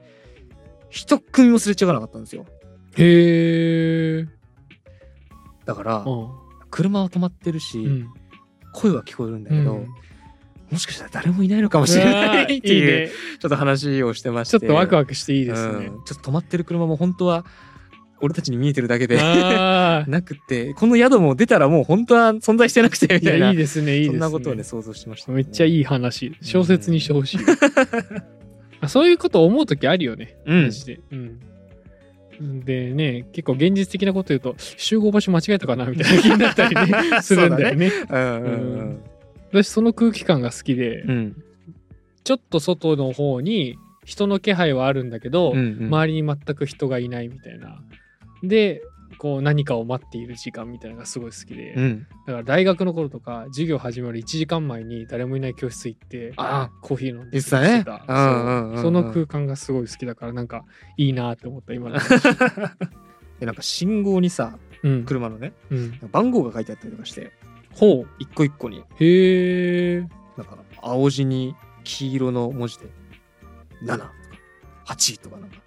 Speaker 2: 一組もすれ違わなかったんですよ。
Speaker 1: へえ。
Speaker 2: だから
Speaker 1: う、ん
Speaker 2: 車は止まってるし、
Speaker 1: うん。
Speaker 2: 声は聞こえるんだ
Speaker 1: う
Speaker 2: け
Speaker 1: ん
Speaker 2: ど、もしかしたら誰もいないのかもしれないっていう
Speaker 1: うわーね
Speaker 2: ちょっと話をしてまし
Speaker 1: ちょ
Speaker 2: て
Speaker 1: っとワク
Speaker 2: ワ
Speaker 1: ワクしていい
Speaker 2: ク
Speaker 1: ですね。
Speaker 2: ちょっと止まってる車も本当は俺たちに見えてるだけで
Speaker 1: あ
Speaker 2: なくてこの宿も出たらもう本当は存在してなくて
Speaker 1: あ。
Speaker 2: み
Speaker 1: い
Speaker 2: たい
Speaker 1: や、
Speaker 2: ない
Speaker 1: いですね、いいです
Speaker 2: そ
Speaker 1: ね。
Speaker 2: んなことをね想像してました、
Speaker 1: めっちゃ
Speaker 2: い
Speaker 1: いい話。小説にしてほしい。あそういうこと思うときあるよね。
Speaker 2: うん
Speaker 1: マジで。うん。でね、結構現実的なこと言うと、集合場所間違えたかなみたいな気になったりね、するんだよね。
Speaker 2: うんうん
Speaker 1: 私、その空気感が好きで、
Speaker 2: うん
Speaker 1: ちょっと外の方に人の気配はあるんだけど、
Speaker 2: うんうん
Speaker 1: 周りに全く人がいないみたいな。でこう何かを待っている時間みたいなのがすごい好きで、
Speaker 2: う
Speaker 1: だ
Speaker 2: ん
Speaker 1: から大学の頃とか授業始まる1時間前に誰もいない教室行って
Speaker 2: あ
Speaker 1: コーヒー飲んで
Speaker 2: 言ってたね
Speaker 1: してた
Speaker 2: うんうんうんうん
Speaker 1: そうその空間がすごい好きだからなんかいいなって思った今 の、
Speaker 2: でなんか信号にさ
Speaker 1: うん
Speaker 2: 車のね
Speaker 1: うん、
Speaker 2: 番号が書いてあったりとかして
Speaker 1: ほう
Speaker 2: 一個一個に
Speaker 1: へえ
Speaker 2: なんか青字に黄色の文字で7とか8とかなんか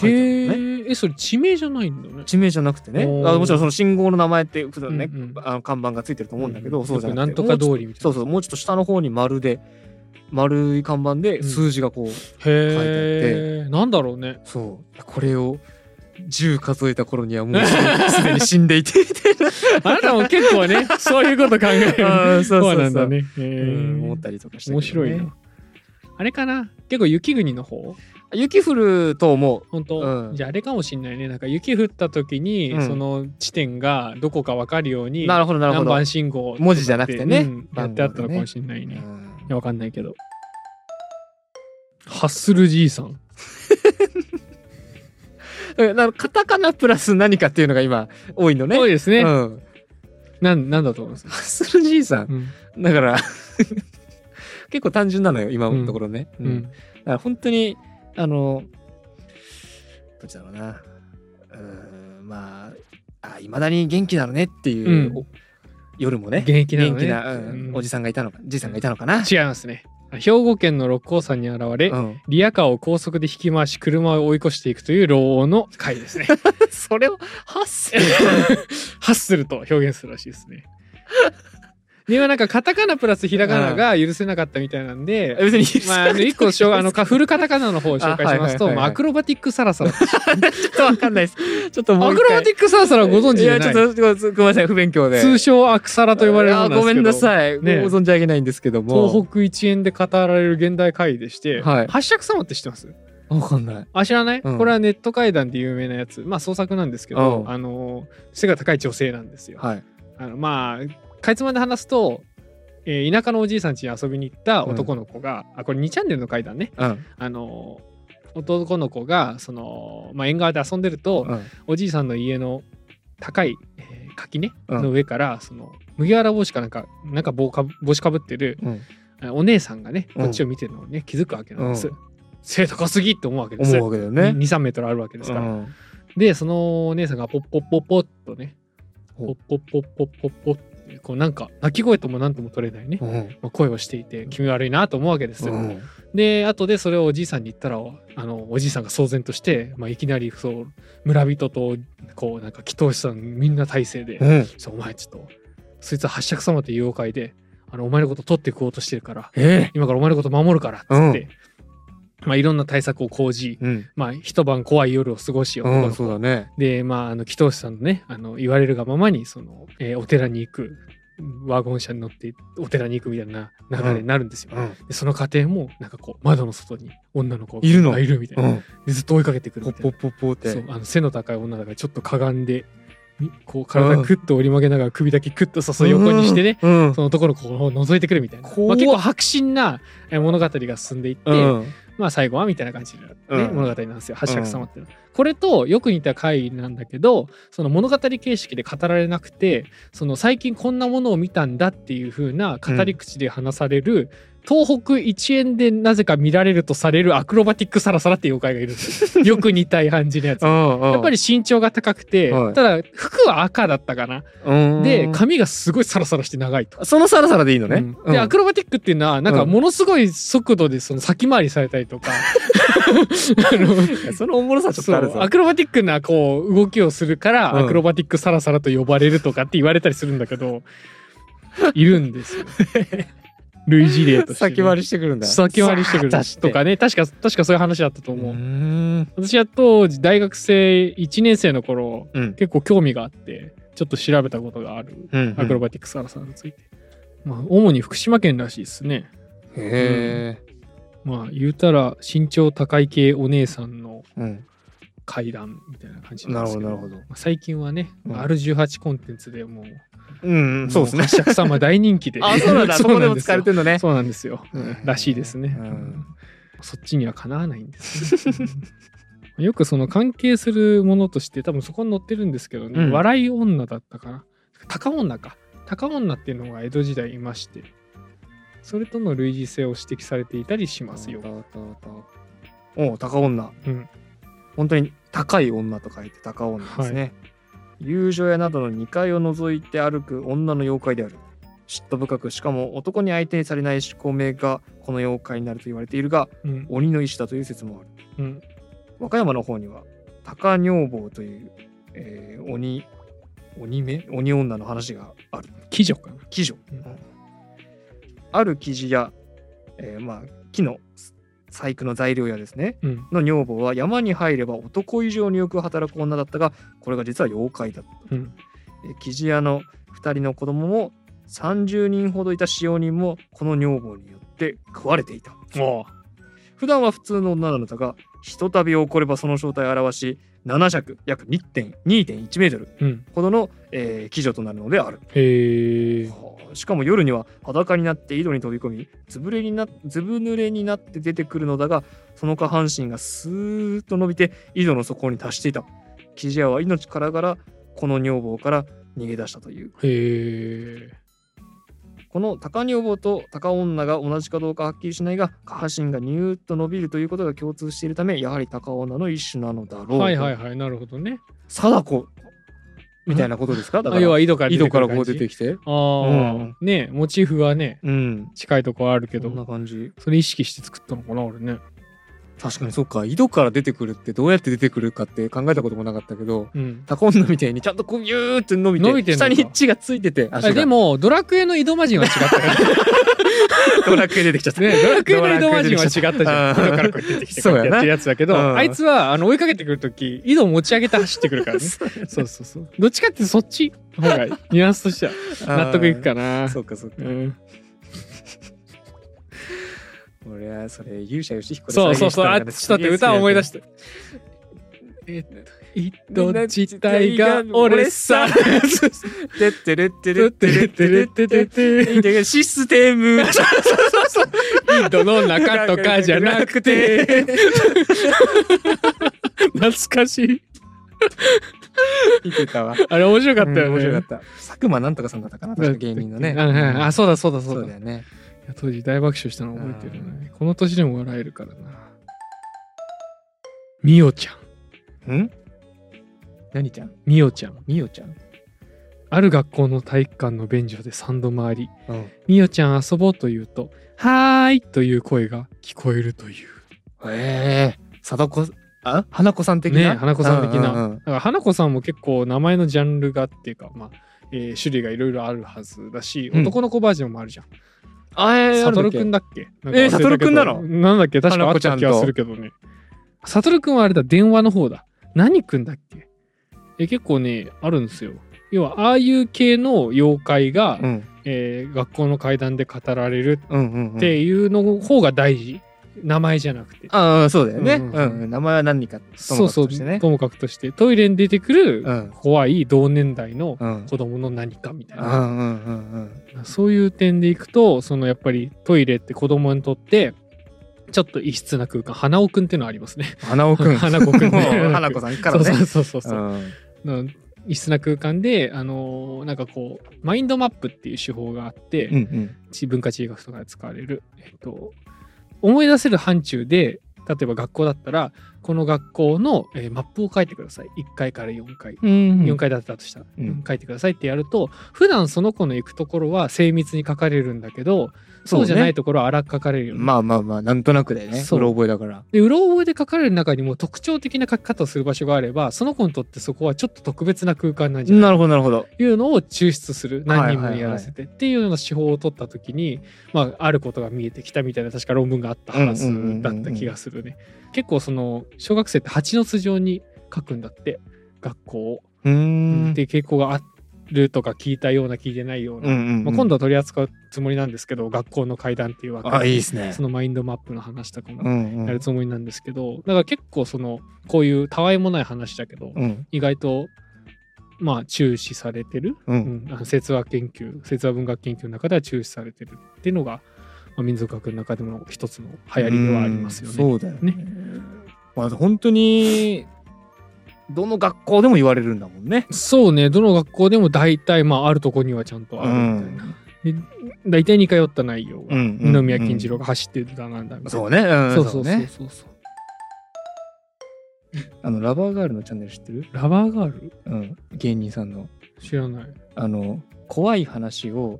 Speaker 2: 書いてあるの
Speaker 1: へ
Speaker 2: ね
Speaker 1: ええそれ地名じゃないんだね
Speaker 2: 地名じゃなくてね
Speaker 1: おー
Speaker 2: あもちろんその信号の名前って普段ね、
Speaker 1: うんうん
Speaker 2: あの看板がついてると思うんだけど、
Speaker 1: ん
Speaker 2: そうじゃなくて
Speaker 1: よくなんとか通りみたいな
Speaker 2: もうちょっとそうそうもうちょっと下の方に丸で丸い看板で
Speaker 1: うん
Speaker 2: 数字がこう、
Speaker 1: へえなんだろうね
Speaker 2: そういやこれを10数えた頃にはもうすで にすでに死んでいてみたいな
Speaker 1: あなたも結構ねそういうこと考える
Speaker 2: あーそうそうそう
Speaker 1: なんだねへ
Speaker 2: う
Speaker 1: え
Speaker 2: ん思ったりとかして、
Speaker 1: 面白いな。あれかな結構雪国の方
Speaker 2: 雪降ると思う
Speaker 1: 本当、
Speaker 2: うん
Speaker 1: じゃああれかもしんないねなんか雪降った時に、
Speaker 2: うん
Speaker 1: その地点がどこか分かるように
Speaker 2: なるほどなるほ
Speaker 1: 何
Speaker 2: ど、
Speaker 1: 番信号とかって
Speaker 2: 文字じゃなくてね
Speaker 1: うんやってあったのかもしんないうねい
Speaker 2: ん
Speaker 1: や分かんないけどハッスルじいさん
Speaker 2: だからなんかカタカナプラス何かっていうのが今多いのね
Speaker 1: 多いですね、
Speaker 2: うん、
Speaker 1: なん、なんだと思います、
Speaker 2: ハッスルじいさん
Speaker 1: うん
Speaker 2: だから結構単純なのよ今のところね、
Speaker 1: うん
Speaker 2: だから本当にあのどっちだろうな。うーん、まあ、いまだに元気なのねっていう、
Speaker 1: うん
Speaker 2: お夜もね、
Speaker 1: 現役なの
Speaker 2: 元気
Speaker 1: ね
Speaker 2: な、うん
Speaker 1: うん
Speaker 2: おじさんがいたのか、じいさんがいたのかな。
Speaker 1: 違いますね兵庫県の六甲山に現れ、
Speaker 2: うん、
Speaker 1: リアカーを高速で引き回し車を追い越していくという老王の回です ね
Speaker 2: それを8世
Speaker 1: 発すると表現するらしいですねではなんかカタカナプラスひらがなが許せなかったみたいなんで、
Speaker 2: 別に許せ
Speaker 1: まあ、
Speaker 2: な
Speaker 1: あ
Speaker 2: い
Speaker 1: の一個しょうあのかフルカタカナの方を紹介しますと
Speaker 2: あはいはいはいはい
Speaker 1: まあアクロバティックサラサラアク
Speaker 2: ちょっとわかんないです。 ちょっともう一
Speaker 1: ロ
Speaker 2: 回。
Speaker 1: バティックサラサラご存知
Speaker 2: い
Speaker 1: じゃ
Speaker 2: や、
Speaker 1: な
Speaker 2: ち
Speaker 1: い
Speaker 2: ょっとごめんなさい、不勉強で。
Speaker 1: 通称アクサラと呼ばれるものなんで
Speaker 2: あ
Speaker 1: すけど
Speaker 2: ごめんなさい、
Speaker 1: ね
Speaker 2: ご存じ上げないんですけども。
Speaker 1: 東北一円で語られる現代会議でして、
Speaker 2: はい
Speaker 1: 八尺様って知ってます
Speaker 2: わかんない。
Speaker 1: あ知らない、
Speaker 2: うん
Speaker 1: これはネット会談で有名なやつまあ創作なんですけど、
Speaker 2: うん
Speaker 1: あの背が高い女性なんですよ、
Speaker 2: はい。
Speaker 1: あのまあかいつまんで話すと、えー田舎のおじいさん家に遊びに行った男の子が、あこれ2チャンネルの会談ね
Speaker 2: うん。
Speaker 1: あの男の子がその、まあ、縁側で遊んでると、
Speaker 2: うん。
Speaker 1: おじいさんの家の高い、えー垣根
Speaker 2: うん
Speaker 1: の上から、その麦わら帽子かなんかなんか帽か帽子かぶってる、
Speaker 2: うん
Speaker 1: えーお姉さんがね
Speaker 2: うん
Speaker 1: こっちを見てるのをね、気づくわけなんです、
Speaker 2: うん
Speaker 1: 背高すぎって思うわけです
Speaker 2: 思うわけだよね。
Speaker 1: 23メートルあるわけです
Speaker 2: う
Speaker 1: から、
Speaker 2: ん。
Speaker 1: でそのお姉さんがポッポッポッポッとねポ
Speaker 2: ほ
Speaker 1: ッポッポッポッポッポッってこうなんか泣き声とも何とも取れないね、
Speaker 2: うん。
Speaker 1: まあ声をしていて気味悪いなと思うわけですよ、
Speaker 2: うん
Speaker 1: で後でそれをおじいさんに言ったらあのおじいさんが騒然として、まあ、いきなりそう村人とこうなんか祈祷師さんみんな体制で、
Speaker 2: うん。
Speaker 1: そうお前ちょっとそいつは八尺様っていう妖怪であのお前のこと取っていこうとしてるから
Speaker 2: ええ。
Speaker 1: 今からお前のこと守るからっつって、まあ、いろんな対策を講じ、
Speaker 2: うん。
Speaker 1: まあ、一晩怖い夜を過ごしよう、
Speaker 2: うん、そうだね。
Speaker 1: でまああの祈祷師さんのねあの言われるがままにその、えーお寺に行くワゴン車に乗ってお寺に行くみたいな流れになるんですよ、
Speaker 2: うん。
Speaker 1: でその過程もなんかこう窓の外に女の子が
Speaker 2: いるの
Speaker 1: あいるみたいうな、
Speaker 2: ん。
Speaker 1: でずっと追いかけてくる
Speaker 2: ポ
Speaker 1: み
Speaker 2: ッ
Speaker 1: た
Speaker 2: ポ
Speaker 1: い
Speaker 2: ッポッポっ
Speaker 1: な
Speaker 2: て。
Speaker 1: そうあの背の高い女だからちょっとかがんでみこう体クッと折り曲げながら首だけクッとさそう横にしてね、
Speaker 2: うん。
Speaker 1: その男の子を覗いてくるみたいな、
Speaker 2: 怖っ
Speaker 1: まあ、結構迫真なえー物語が進んでいって、
Speaker 2: うん。
Speaker 1: まあ最後はみたいな感じの、ね
Speaker 2: うん
Speaker 1: 物語なんですよ八尺様っていうのは、これとよく似た回なんだけどその物語形式で語られなくてその最近こんなものを見たんだっていう風な語り口で話される、東北一円でなぜか見られるとされるアクロバティックサラサラっていう妖怪がいるんです よよく似た感じのやつ。
Speaker 2: や
Speaker 1: やっぱ
Speaker 2: り、
Speaker 1: り身長が高くて、
Speaker 2: はい
Speaker 1: ただ服は赤だったかな、
Speaker 2: うん
Speaker 1: で髪がすごいサラサラして長いと。
Speaker 2: そのサラサラでいいのね。
Speaker 1: うんでアクロバティックっていうのはなんか
Speaker 2: うん
Speaker 1: ものすごい速度でその先回りされたりとか、あの
Speaker 2: そのおもろさちょっとある
Speaker 1: そう
Speaker 2: ぞ
Speaker 1: ア。クロバティックなこう動きをするから、
Speaker 2: うん
Speaker 1: アクロバティックサラサラと呼ばれるとかって言われたりするんだけどいるん ですよ類似例としてね、
Speaker 2: 先割りしてくるんだ。
Speaker 1: 先割りしてく
Speaker 2: さあ
Speaker 1: る
Speaker 2: 出して
Speaker 1: とかね確か確かそういう話だったと
Speaker 2: う
Speaker 1: 思う、
Speaker 2: ん。
Speaker 1: 私は当時大学生1年生の頃、
Speaker 2: うん
Speaker 1: 結構興味があってちょっと調べたことがある
Speaker 2: うん
Speaker 1: アクロバティックサラサラについて、まあ、主に福島県らしいですね
Speaker 2: へ
Speaker 1: まあ言うたら身長高い系お姉さんの
Speaker 2: え。うん。
Speaker 1: 階段みたいな感じ
Speaker 2: な
Speaker 1: なんです
Speaker 2: るほ
Speaker 1: け
Speaker 2: ど、
Speaker 1: ど
Speaker 2: なるほど。
Speaker 1: まあ最近はね、
Speaker 2: うん
Speaker 1: R18 コンテンツでもう
Speaker 2: うん、そうですね。
Speaker 1: お客様大人気で
Speaker 2: あ、そうな んだ。そこでも
Speaker 1: です
Speaker 2: 疲れ
Speaker 1: よ
Speaker 2: てんのね。
Speaker 1: そうなんですよ、
Speaker 2: うん
Speaker 1: らしいですね、
Speaker 2: うん
Speaker 1: そっちにはかなわないんです ね、うんよくその関係するものとして多分そこに載ってるんですけどね、
Speaker 2: うん
Speaker 1: 笑い女だったかな高女か高女っていうのが江戸時代いましてそれとの類似性を指摘されていたりしますよ、
Speaker 2: おう高女。
Speaker 1: うん
Speaker 2: 本当に高い女と書いて高女ですね。遊女屋などの2階を覗いて歩く女の妖怪である。嫉妬深くしかも男に相手にされない思考名がこの妖怪になると言われているが
Speaker 1: うん
Speaker 2: 鬼の石だという説もある。
Speaker 1: うん
Speaker 2: 和歌山の方には高女房という、えー鬼鬼め鬼女の話がある。
Speaker 1: 鬼女かな
Speaker 2: 鬼女、
Speaker 1: うん
Speaker 2: ある生地や、えーまあ、木の細工の材料やですね
Speaker 1: うん
Speaker 2: の女房は山に入れば男以上によく働く女だったがこれが実は妖怪だった、
Speaker 1: うん
Speaker 2: えー生地屋の2人の子供も30人ほどいた使用人もこの女房によって食われていた
Speaker 1: お
Speaker 2: 普段は普通の女なのだがひとたび起こればその正体を表し7尺約2.1メートル
Speaker 1: ううん
Speaker 2: ほどの、えー、鬼女となるのである
Speaker 1: へえ
Speaker 2: はあしかも夜には裸になって井戸に飛び込みずぶれになずぶ濡れになって出てくるのだがその下半身がスーッと伸びて井戸の底に達していたキジヤは命からがらこの女房から逃げ出したという
Speaker 1: へえ
Speaker 2: この高女房と高女が同じかどうかはっきりしないが下半身がニューッと伸びるということが共通しているためやはり高女の一種なのだろう
Speaker 1: はいはいはい、なるほどね。
Speaker 2: 貞子みたいなことですかだか
Speaker 1: 要
Speaker 2: ら
Speaker 1: は井戸から
Speaker 2: 井戸からこう
Speaker 1: く
Speaker 2: 出
Speaker 1: る
Speaker 2: てきて
Speaker 1: ああ、ねえモチーフはね、
Speaker 2: うん
Speaker 1: 近いとこはあるけ
Speaker 2: こんな
Speaker 1: ど、
Speaker 2: 感じ
Speaker 1: それ意識して作ったのかな、俺ね。
Speaker 2: 確かにそっか井戸から出てくるってどうやって出てくるかって考えたこともなかったけど
Speaker 1: うん。
Speaker 2: 高女みたいにちゃんとこうギューって伸びて
Speaker 1: 伸びてんの
Speaker 2: 下
Speaker 1: か
Speaker 2: に血がついてて足
Speaker 1: あ
Speaker 2: が
Speaker 1: でも、ドラクエの井戸魔人は違ったから ね。
Speaker 2: ドラクエ出てきちゃった
Speaker 1: ねドラクエの井戸魔人は違
Speaker 2: ドラクエ出て
Speaker 1: った
Speaker 2: きち
Speaker 1: じゃん。井戸からこうやって出てきて、こうや
Speaker 2: あー
Speaker 1: って
Speaker 2: そうや
Speaker 1: や
Speaker 2: な
Speaker 1: ってるやつだけど、
Speaker 2: うん
Speaker 1: あいつはあの追いかけてくるとき、井戸を持ち上げて走ってくるからね。 そうそうそう。どっちかっていうとそっちの方がニュアンスとしては納得いくかな。
Speaker 2: そうかそうか
Speaker 1: うん
Speaker 2: 俺はそれ勇者よしひこで
Speaker 1: そうそうそう。あ
Speaker 2: 再
Speaker 1: ちょ
Speaker 2: 現し
Speaker 1: ったと待っ
Speaker 2: のが
Speaker 1: て
Speaker 2: ね
Speaker 1: 歌を思い出し
Speaker 2: す
Speaker 1: て。えっと、どっち体が俺さ。
Speaker 2: げえ好きなんだよてって
Speaker 1: て
Speaker 2: れっ
Speaker 1: って
Speaker 2: てれ
Speaker 1: れ
Speaker 2: っててれ
Speaker 1: れ
Speaker 2: ってて
Speaker 1: れ
Speaker 2: れ
Speaker 1: て
Speaker 2: いいんだけどシステム
Speaker 1: インドの中とかじゃなくて懐かしい
Speaker 2: 見てたわ
Speaker 1: あれ面白かったよね、
Speaker 2: うん面白かった佐久間なんとかさんだったかな確か芸人のね
Speaker 1: あ,、はいあそうだそうだそう
Speaker 2: そう
Speaker 1: だ
Speaker 2: だよね
Speaker 1: いや当時大爆笑したの覚えてるねこの年でも笑えるからなみおちゃん
Speaker 2: ん何ちゃん
Speaker 1: みおちゃん
Speaker 2: みおちゃん
Speaker 1: ある学校の体育館の便所で3度回り
Speaker 2: うん
Speaker 1: みおちゃん遊ぼうと言うと「はーい」という声が聞こえるという
Speaker 2: ええ貞子あ花子さん的な
Speaker 1: ね花子さん的な、
Speaker 2: うう
Speaker 1: だから花子さんも結構名前のジャンルがっていうか、まあえー種類がいろいろあるはずだし、
Speaker 2: うん
Speaker 1: 男の子バージョンもあるじゃん。
Speaker 2: あえ
Speaker 1: サトルくんだっけなんか忘れたけど
Speaker 2: えー悟くんなの
Speaker 1: なんだっけ確かあった気
Speaker 2: 花子ちゃん
Speaker 1: が
Speaker 2: と
Speaker 1: するけどね。サトルくんはあれだ、電話の方だ。何くんだっけえ結構ね、あるんですよ。要は、ああいう系の妖怪が、
Speaker 2: うん
Speaker 1: えー学校の階段で語られる
Speaker 2: うんうんうん
Speaker 1: っていうの方が大事。名前じゃなくて。
Speaker 2: ああそうだよね、
Speaker 1: う
Speaker 2: うんん
Speaker 1: うんうん
Speaker 2: 名前は何かともかく
Speaker 1: そうそう、
Speaker 2: としてね
Speaker 1: ともかくとして。トイレに出てくる
Speaker 2: うん
Speaker 1: 怖い同年代の
Speaker 2: うん
Speaker 1: 子供の何かみたい
Speaker 2: うんう
Speaker 1: な、
Speaker 2: んうん
Speaker 1: そういう点でいくとそのやっぱりトイレって子供にとってちょっと異質な空間花尾くんっていうのはありますね。
Speaker 2: 花尾くん
Speaker 1: 花子くんね
Speaker 2: もう花子さんからね
Speaker 1: そうそうそうそうう、
Speaker 2: ん
Speaker 1: うん異質な空間で、あのーなんかこうマインドマップっていう手法があって、
Speaker 2: うんうん
Speaker 1: 地文化地理学とかで使われる、えっと、思い出せる範疇で例えば学校だったらこの学校の、えーマップを書いてください1階から4階
Speaker 2: うん
Speaker 1: 4階建てだとしたら、
Speaker 2: うん
Speaker 1: 書いてくださいってやると普段その子の行くところは精密に書かれるんだけどそうじゃないところは荒く書かれるよね
Speaker 2: まあまあまあなんとなくだよね
Speaker 1: そう
Speaker 2: うろ覚えだから
Speaker 1: でうろ覚えで書かれる中にも特徴的な書き方をする場所があればその子にとってそこはちょっと特別な空間なんじゃない
Speaker 2: なるほどなるほど
Speaker 1: っていうのを抽出する何人も
Speaker 2: はいはいは
Speaker 1: に
Speaker 2: い
Speaker 1: やらせてっていうような手法を取った時に、まあ、あることが見えてきたみたいな確か論文があったはずだった気がするね結構その小学生って蜂の巣状に書くんだって学校を。
Speaker 2: うーん
Speaker 1: っていう傾向があるとか聞いたような聞いてないような、
Speaker 2: うんうんうん
Speaker 1: まあ、今度は取り扱うつもりなんですけど学校の階段っていう枠
Speaker 2: あいいですね
Speaker 1: そのマインドマップの話とか
Speaker 2: う
Speaker 1: も
Speaker 2: んう
Speaker 1: やる
Speaker 2: ん
Speaker 1: つもりなんですけど、だから結構そのこういうたわいもない話だけど、
Speaker 2: うん
Speaker 1: 意外とまあ注視されてる、
Speaker 2: う
Speaker 1: うんん、あの説話研究説話文学研究の中では注視されてるっていうのが、まあ、民族学の中でも一つの流行りではありますよね。
Speaker 2: うんそうだよ
Speaker 1: ね
Speaker 2: ねまあ本当にどの学校でも言われるんだもんね
Speaker 1: そうねどの学校でも大体まああるとこにはちゃんとあるみたいな。で大体似通った内容が、
Speaker 2: うん
Speaker 1: 二宮金次郎が走ってるだなんだみたいな、
Speaker 2: そうねん
Speaker 1: そうそうそう
Speaker 2: ね
Speaker 1: そうそう
Speaker 2: あのラバーガールのチャンネル知ってる
Speaker 1: ラバーガール
Speaker 2: うん芸人さんの
Speaker 1: 知らない
Speaker 2: あの怖い話を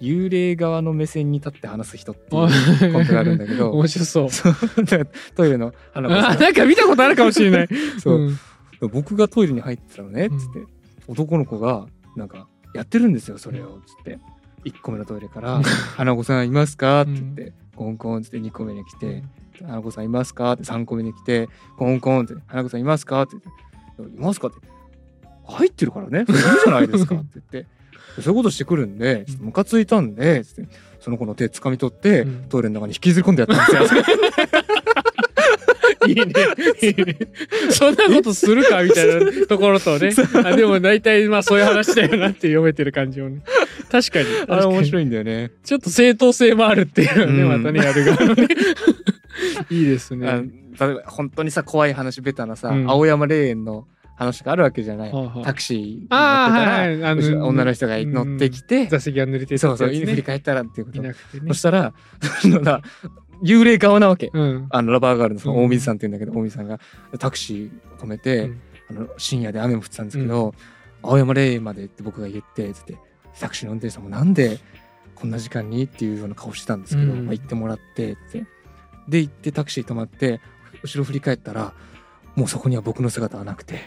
Speaker 2: 幽霊側の目線に立って話す人っていうコントがあるんだけど
Speaker 1: 面白そう
Speaker 2: そう トイレの花子
Speaker 1: あ
Speaker 2: さ
Speaker 1: なんか見たことあるかもしれない
Speaker 2: ん そう、
Speaker 1: ん
Speaker 2: 僕がトイレに入ってたのねっつって、男の子がなんかやってるんですよそれをっつって1個目のトイレから
Speaker 1: うん
Speaker 2: 「花子さんいますか?」って言って、コンコンっつって2個目に来て「花子さんいますか?」って3個目に来てコンコンって「花子さんいますか?」って言って「いますか?」って「入ってるから ねそれいるじゃないですか」って言って「そういうことしてくるんでちょっとムカついたんで」つってその子の手掴み取って、
Speaker 1: うん
Speaker 2: トイレの中に引きずり込んでやったん ですよ。
Speaker 1: いいねいいね そんなことするかみたいなところとねあでも大体まあそういう話だよなって読めてる感じをね確かに確
Speaker 2: あれ
Speaker 1: かに
Speaker 2: 面白いんだよね。
Speaker 1: ちょっと正当性もあるっていうね、
Speaker 2: うん
Speaker 1: またねやる側の ねいいですね
Speaker 2: あの例えば本当にさ怖い話ベタなさ、
Speaker 1: うん
Speaker 2: 青山霊園の話があるわけじゃない。
Speaker 1: はあはあ
Speaker 2: タクシー乗ってた
Speaker 1: ああ、
Speaker 2: ら、
Speaker 1: はい、はい。あ
Speaker 2: 後ろ女の人が
Speaker 1: うん
Speaker 2: 乗ってきて、
Speaker 1: 座席が濡れてた
Speaker 2: そう
Speaker 1: って
Speaker 2: そう、
Speaker 1: やつね
Speaker 2: 振り返ったらっていうこ
Speaker 1: い
Speaker 2: と。
Speaker 1: なくてね
Speaker 2: そ。したら、 あのな幽霊顔なわけ。
Speaker 1: うん。
Speaker 2: あのラバーガールのその
Speaker 1: うん
Speaker 2: 大水さんって言うんだけど、大水さんがタクシー止めて、
Speaker 1: うん
Speaker 2: あの深夜で雨も降ってたんですけど、青山霊園までって僕が言ってつってタクシーの運転手さんもなんでこんな時間にっていうような顔してたんですけど、
Speaker 1: うん
Speaker 2: まあ、行ってもらってってで行ってタクシー止まって後ろ振り返ったらもうそこには僕の姿はな くて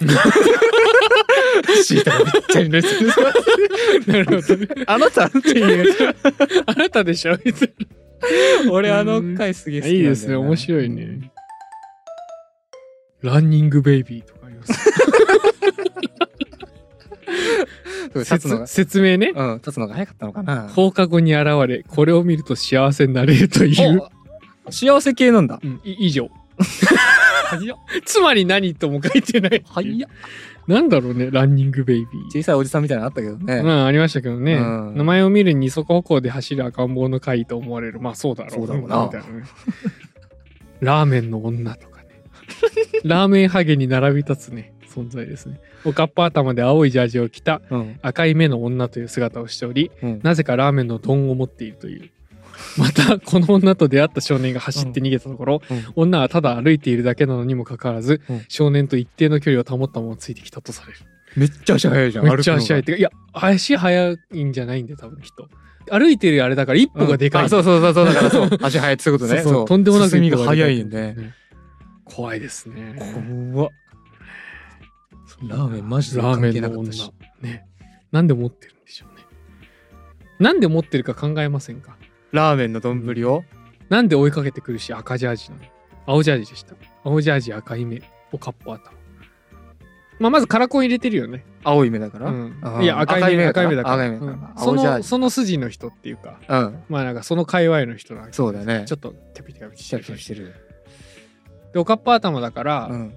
Speaker 2: シートがびっちゃり濡れてる
Speaker 1: なるほどね。
Speaker 2: あなたっていう
Speaker 1: あなたでしょ別に
Speaker 2: 俺あの回すげえ好きなんだよな、
Speaker 1: いいですね。面白いね。ランニングベイビーとかあります。
Speaker 2: そう立つのが
Speaker 1: 説、説明ね。
Speaker 2: うん、立つのが早かったのかな
Speaker 1: 放課後に現れ、これを見ると幸せになれるという。
Speaker 2: お幸せ系なんだ
Speaker 1: うん、い以上。 つまり何とも書いてない。
Speaker 2: はいや
Speaker 1: なんだろうね、ランニングベイビー。
Speaker 2: 小さいおじさんみたいなのあったけどね、
Speaker 1: まあ、ありましたけどね。
Speaker 2: うん
Speaker 1: 名前を見る二足歩行で走る赤ん坊の会と思われる。まあ、そうだろう。
Speaker 2: そうだろうな
Speaker 1: みたいねラーメンの女とかね。ラーメンハゲに並び立つね、存在ですね。おかっぱ頭で青いジャージを着た
Speaker 2: うん
Speaker 1: 赤い目の女という姿をしており、
Speaker 2: うん
Speaker 1: なぜかラーメンの丼を持っているという。また、この女と出会った少年が走って逃げたところ、
Speaker 2: うんうん
Speaker 1: 女はただ歩いているだけなのにもかかわらず、
Speaker 2: うん
Speaker 1: 少年と一定の距離を保ったままついてきたとされる。
Speaker 2: めっちゃ足早いじゃん
Speaker 1: めっちゃ足早いっ
Speaker 2: 歩く
Speaker 1: てか、いや、足早いんじゃないんで、多分きっと。歩いてるあれだから一
Speaker 2: のが
Speaker 1: 歩がでかい。
Speaker 2: あそうそうそうそうだからそう足早いってそういうことね
Speaker 1: そうそうとんでもなく
Speaker 2: 進み
Speaker 1: 一歩で
Speaker 2: が
Speaker 1: か
Speaker 2: 早いんで。
Speaker 1: 怖いですね。
Speaker 2: 怖っラーメンマジで
Speaker 1: ラーメ
Speaker 2: 関
Speaker 1: ン
Speaker 2: 係なか
Speaker 1: の
Speaker 2: った
Speaker 1: 女
Speaker 2: し。
Speaker 1: ね。なんで持ってるんでしょうね。なんで持ってるか考えませんか
Speaker 2: ラーメンの丼を
Speaker 1: なんで追いかけてくるし赤ジャージなの青ジャージでした。青ジャージ赤い目。おかっぽ頭。まあ、まずカラコン入れてるよね。
Speaker 2: 青い目だから、
Speaker 1: うん
Speaker 2: あー
Speaker 1: いや、赤い目、
Speaker 2: 赤
Speaker 1: 赤
Speaker 2: い
Speaker 1: い
Speaker 2: 目
Speaker 1: 目
Speaker 2: だ
Speaker 1: だ
Speaker 2: か
Speaker 1: からら。
Speaker 2: 赤い目だから
Speaker 1: うんそ
Speaker 2: 青ジャー
Speaker 1: の、
Speaker 2: ジ
Speaker 1: その筋の人っていうか、
Speaker 2: うん
Speaker 1: まあなんかその界隈の人なんか
Speaker 2: そうだよね
Speaker 1: ちょっとテピテカピし
Speaker 2: シ
Speaker 1: て
Speaker 2: ャキシャ
Speaker 1: る
Speaker 2: キしてる
Speaker 1: で、おかっぱ頭だから、
Speaker 2: うん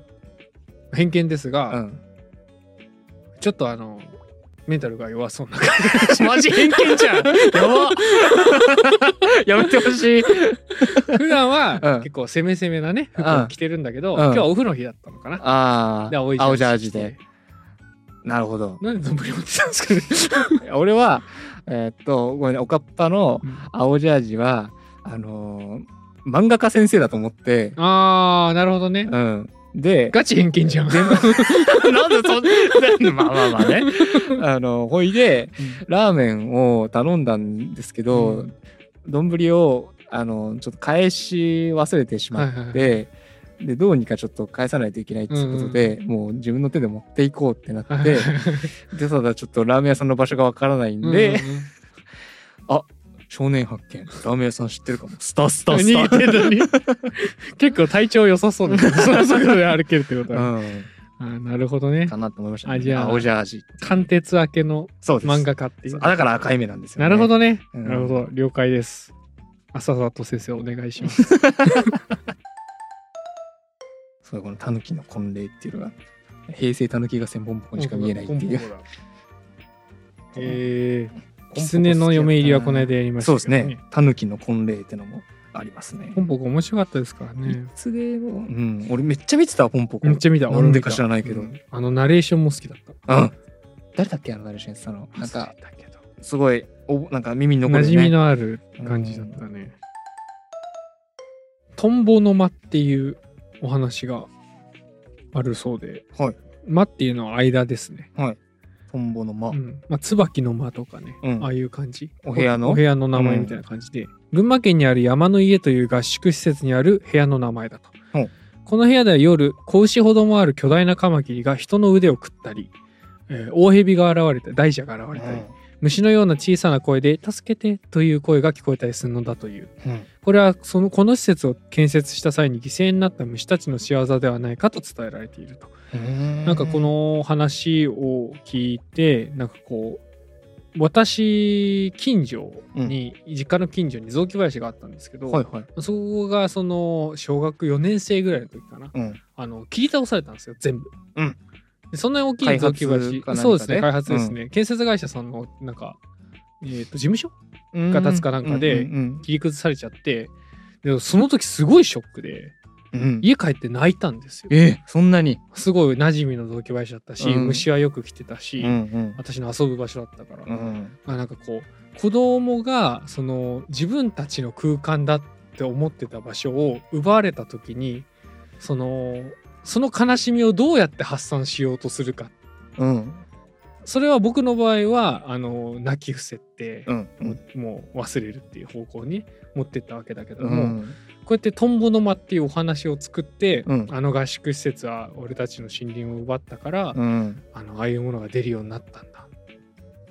Speaker 1: 偏見です
Speaker 2: う
Speaker 1: が、
Speaker 2: ん
Speaker 1: ちょっとあの、メンタルが弱そう な
Speaker 4: マジ偏見じゃん
Speaker 2: やば やめてほしい
Speaker 1: 普段は
Speaker 2: うん
Speaker 1: 結構攻め攻めなね、服
Speaker 2: う
Speaker 1: を
Speaker 2: ん
Speaker 1: 着てるんだけ
Speaker 2: う
Speaker 1: ど、
Speaker 2: ん
Speaker 1: 今日はオフの日だったのかな。
Speaker 2: あ
Speaker 1: で、
Speaker 2: あ
Speaker 1: 青い
Speaker 2: 青ジャージ
Speaker 1: 着て
Speaker 2: で。なるほど
Speaker 1: なんで丼持ってたんです かね。
Speaker 2: 俺はえーっとごめんねおかっぱの
Speaker 1: うん
Speaker 2: 青ジャージはあのー漫画家先生だと思って、
Speaker 1: あー、なるほどね。
Speaker 2: うん、で
Speaker 1: ガチ偏見じゃん。
Speaker 2: 全部 なんでそんなまあまあまあねあのほいでラーメンを頼んだんですけ
Speaker 1: う
Speaker 2: ど
Speaker 1: ん
Speaker 2: 丼、をあのちょっと返し忘れてしまって、
Speaker 1: はい
Speaker 2: でどうにかちょっと返さないといけないっていうことで、もう自分の手で持っていこうってなって、
Speaker 1: はいはい
Speaker 2: でただちょっとラーメン屋さんの場所がわからないんで、
Speaker 1: うんうん
Speaker 2: 少年発見ラーメン屋さん知ってるかもスタスタスタ
Speaker 1: 逃げてるのに 結構体調良さそうなその速度で歩けるってことは、
Speaker 2: うん
Speaker 1: あーなるほどね
Speaker 2: かなと思いましたね。
Speaker 1: あじゃあ
Speaker 2: 青ジャージ。
Speaker 1: 貫徹明けの
Speaker 2: そうです。
Speaker 1: 漫画家ってい
Speaker 2: そうう。あだから赤い目なんですよ、ね。
Speaker 1: なるほ。どね、
Speaker 2: うん
Speaker 1: なるほど了解です浅里先生お願いします
Speaker 2: そうこのタヌキの婚礼っていうのが平成タヌキが千本本しか見えないって
Speaker 1: ポンポ
Speaker 2: い
Speaker 1: コ
Speaker 2: う。
Speaker 1: だえー、狐の嫁入りはこの間やりました
Speaker 2: そうで
Speaker 1: け
Speaker 2: す
Speaker 1: ど
Speaker 2: ね。タヌキの婚礼ってのもありますね
Speaker 1: ポ。ンポコ面白かったですから
Speaker 2: い
Speaker 1: ね
Speaker 2: つでも、うん、俺めっちゃ見てたわポンポコ。
Speaker 1: めっちゃ見た
Speaker 2: なんで
Speaker 1: 俺も見た
Speaker 2: か知らないけど
Speaker 1: うんあのナレーションも好きだった
Speaker 2: うん。誰だっけあの誰でしたの。なんか
Speaker 1: 忘れたけど
Speaker 2: すごいおなんか耳に残
Speaker 1: 馴
Speaker 2: る
Speaker 1: 染み
Speaker 2: ね。
Speaker 1: のある感じだったね。トンボの間っていうお話があるそうで、
Speaker 2: はい
Speaker 1: 間っていうのは間ですね。
Speaker 2: トンボの間
Speaker 1: う。んまあ、椿の間とかね、
Speaker 2: うん
Speaker 1: ああいう感じ。
Speaker 2: お部屋の
Speaker 1: お部屋の名前みたいな感じで、群馬県にある山の家という合宿施設にある部屋の名前だと
Speaker 2: ほう。
Speaker 1: この部屋では夜、子牛ほどもある巨大なカマキリが人の腕を食ったり、えー大蛇が現れたり、大蛇が現れたり、虫のような小さな声で「助けて」という声が聞こえたりするのだという
Speaker 2: うん
Speaker 1: これはそのこの施設を建設した際に犠牲になった虫たちの仕業ではないかと伝えられていると、
Speaker 2: うん
Speaker 1: なんかこの話を聞いてなんかこう私近所に、実家の近所に雑木林があったんですけど、
Speaker 2: はいはい。
Speaker 1: そこがその小学4年生ぐらいの時かな
Speaker 2: うん。
Speaker 1: あの切り倒されたんですよ全部、
Speaker 2: うん
Speaker 1: でそんなに大きい雑木林
Speaker 2: 開発か何かで
Speaker 1: そうですね開発ですね、建設会社さんのなんか、えー、と事務所が立つかなんかで
Speaker 2: うんうんうん
Speaker 1: 切り崩されちゃってでその時すごいショックで
Speaker 2: うん、
Speaker 1: 家帰って泣いたんですよ
Speaker 2: ええそんなに、
Speaker 1: すごい馴染みの雑木林だったし、
Speaker 2: うん
Speaker 1: 虫はよく来てたし、
Speaker 2: うん
Speaker 1: 私の遊ぶ場所だったから、
Speaker 2: うんうん、
Speaker 1: まあ、なんかこう子供がその自分たちの空間だって思ってた場所を奪われた時にそのその悲しみをどうやって発散しようとするか
Speaker 2: うん
Speaker 1: それは僕の場合はあの泣き伏せって、
Speaker 2: うんうん
Speaker 1: もうもう忘れるっていう方向に持ってったわけだけど
Speaker 2: う
Speaker 1: も、
Speaker 2: ん
Speaker 1: こうやってトンボの間っていうお話を作って、
Speaker 2: うん
Speaker 1: あの合宿施設は俺たちの森林を奪ったから、
Speaker 2: うん
Speaker 1: あのああいうものが出るようになったんだ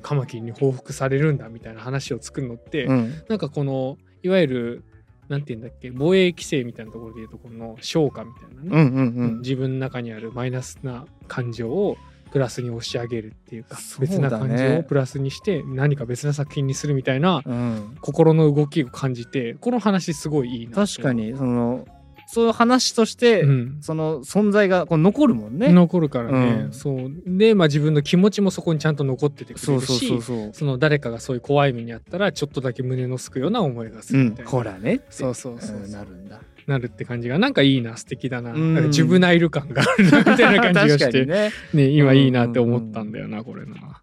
Speaker 1: カマキリに報復されるんだみたいな話を作るのって、
Speaker 2: うん
Speaker 1: なんかこのいわゆるなんて言うんだっけ防衛規制みたいなところでいうとこの消化みたいな
Speaker 2: う
Speaker 1: ね、
Speaker 2: んうん
Speaker 1: 自分の中にあるマイナスな感情をプラスに押し上げるっていうか
Speaker 2: そうだ
Speaker 1: 別な
Speaker 2: ね
Speaker 1: 感情をプラスにして何か別な作品にするみたいな
Speaker 2: うん
Speaker 1: 心の動きを感じてこの話すごいいいなと
Speaker 2: 確かにそのそういう話として、
Speaker 1: うん、
Speaker 2: その存在がこう残るもんね。
Speaker 1: 残るからね、
Speaker 2: うん
Speaker 1: そうで、まあ、自分の気持ちもそこにちゃんと残っててくれるし
Speaker 2: そうそうそうそう。
Speaker 1: その誰かがそういう怖い目にあったらちょっとだけ胸のすくような思いがす
Speaker 2: う
Speaker 1: るみ
Speaker 2: ん
Speaker 1: たい、な、
Speaker 2: ほらねって
Speaker 1: そうそうそうそう、
Speaker 2: んなるんだ。
Speaker 1: なるって感じがなんかいいな素敵だな,、
Speaker 2: うん
Speaker 1: なんかジュブナイル感があるなみたいな感じがし
Speaker 2: 確か
Speaker 1: て
Speaker 2: に
Speaker 1: ね
Speaker 2: ね。
Speaker 1: 今いいなって思ったんだよな、これな。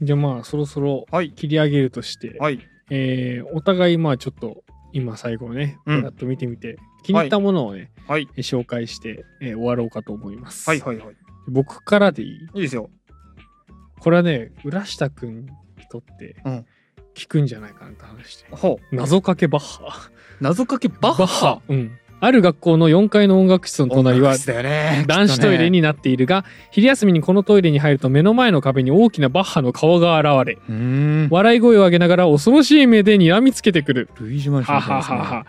Speaker 1: じゃあまあそろそろ
Speaker 2: はい
Speaker 1: 切り上げるとして、
Speaker 2: はい
Speaker 1: えーお互いまあちょっと今最後ね
Speaker 2: うん
Speaker 1: パラッと見てみて、気に入ったものをね、
Speaker 2: はい
Speaker 1: えー紹介して、えー終わろうかと思います。
Speaker 2: はいはいはい。
Speaker 1: 僕からでいい
Speaker 2: いいですよ。
Speaker 1: これはね浦下くんにとって
Speaker 2: うん
Speaker 1: 聞くんじゃないかなって話して、
Speaker 2: ほう。
Speaker 1: 謎かけバッハ
Speaker 2: 謎かけバッハ。
Speaker 1: うんある学校の4階の音楽室の隣は
Speaker 2: 音楽室だよね。
Speaker 1: 男子トイレになっているが、昼休みにこのトイレに入ると目の前の壁に大きなバッハの顔が現れ
Speaker 2: きっとね。うーん。
Speaker 1: 笑い声を上げながら恐ろしい目で睨みつけてく る。
Speaker 2: ルイージマンショ
Speaker 1: は
Speaker 2: ンみたい
Speaker 1: は
Speaker 2: ですね
Speaker 1: はは。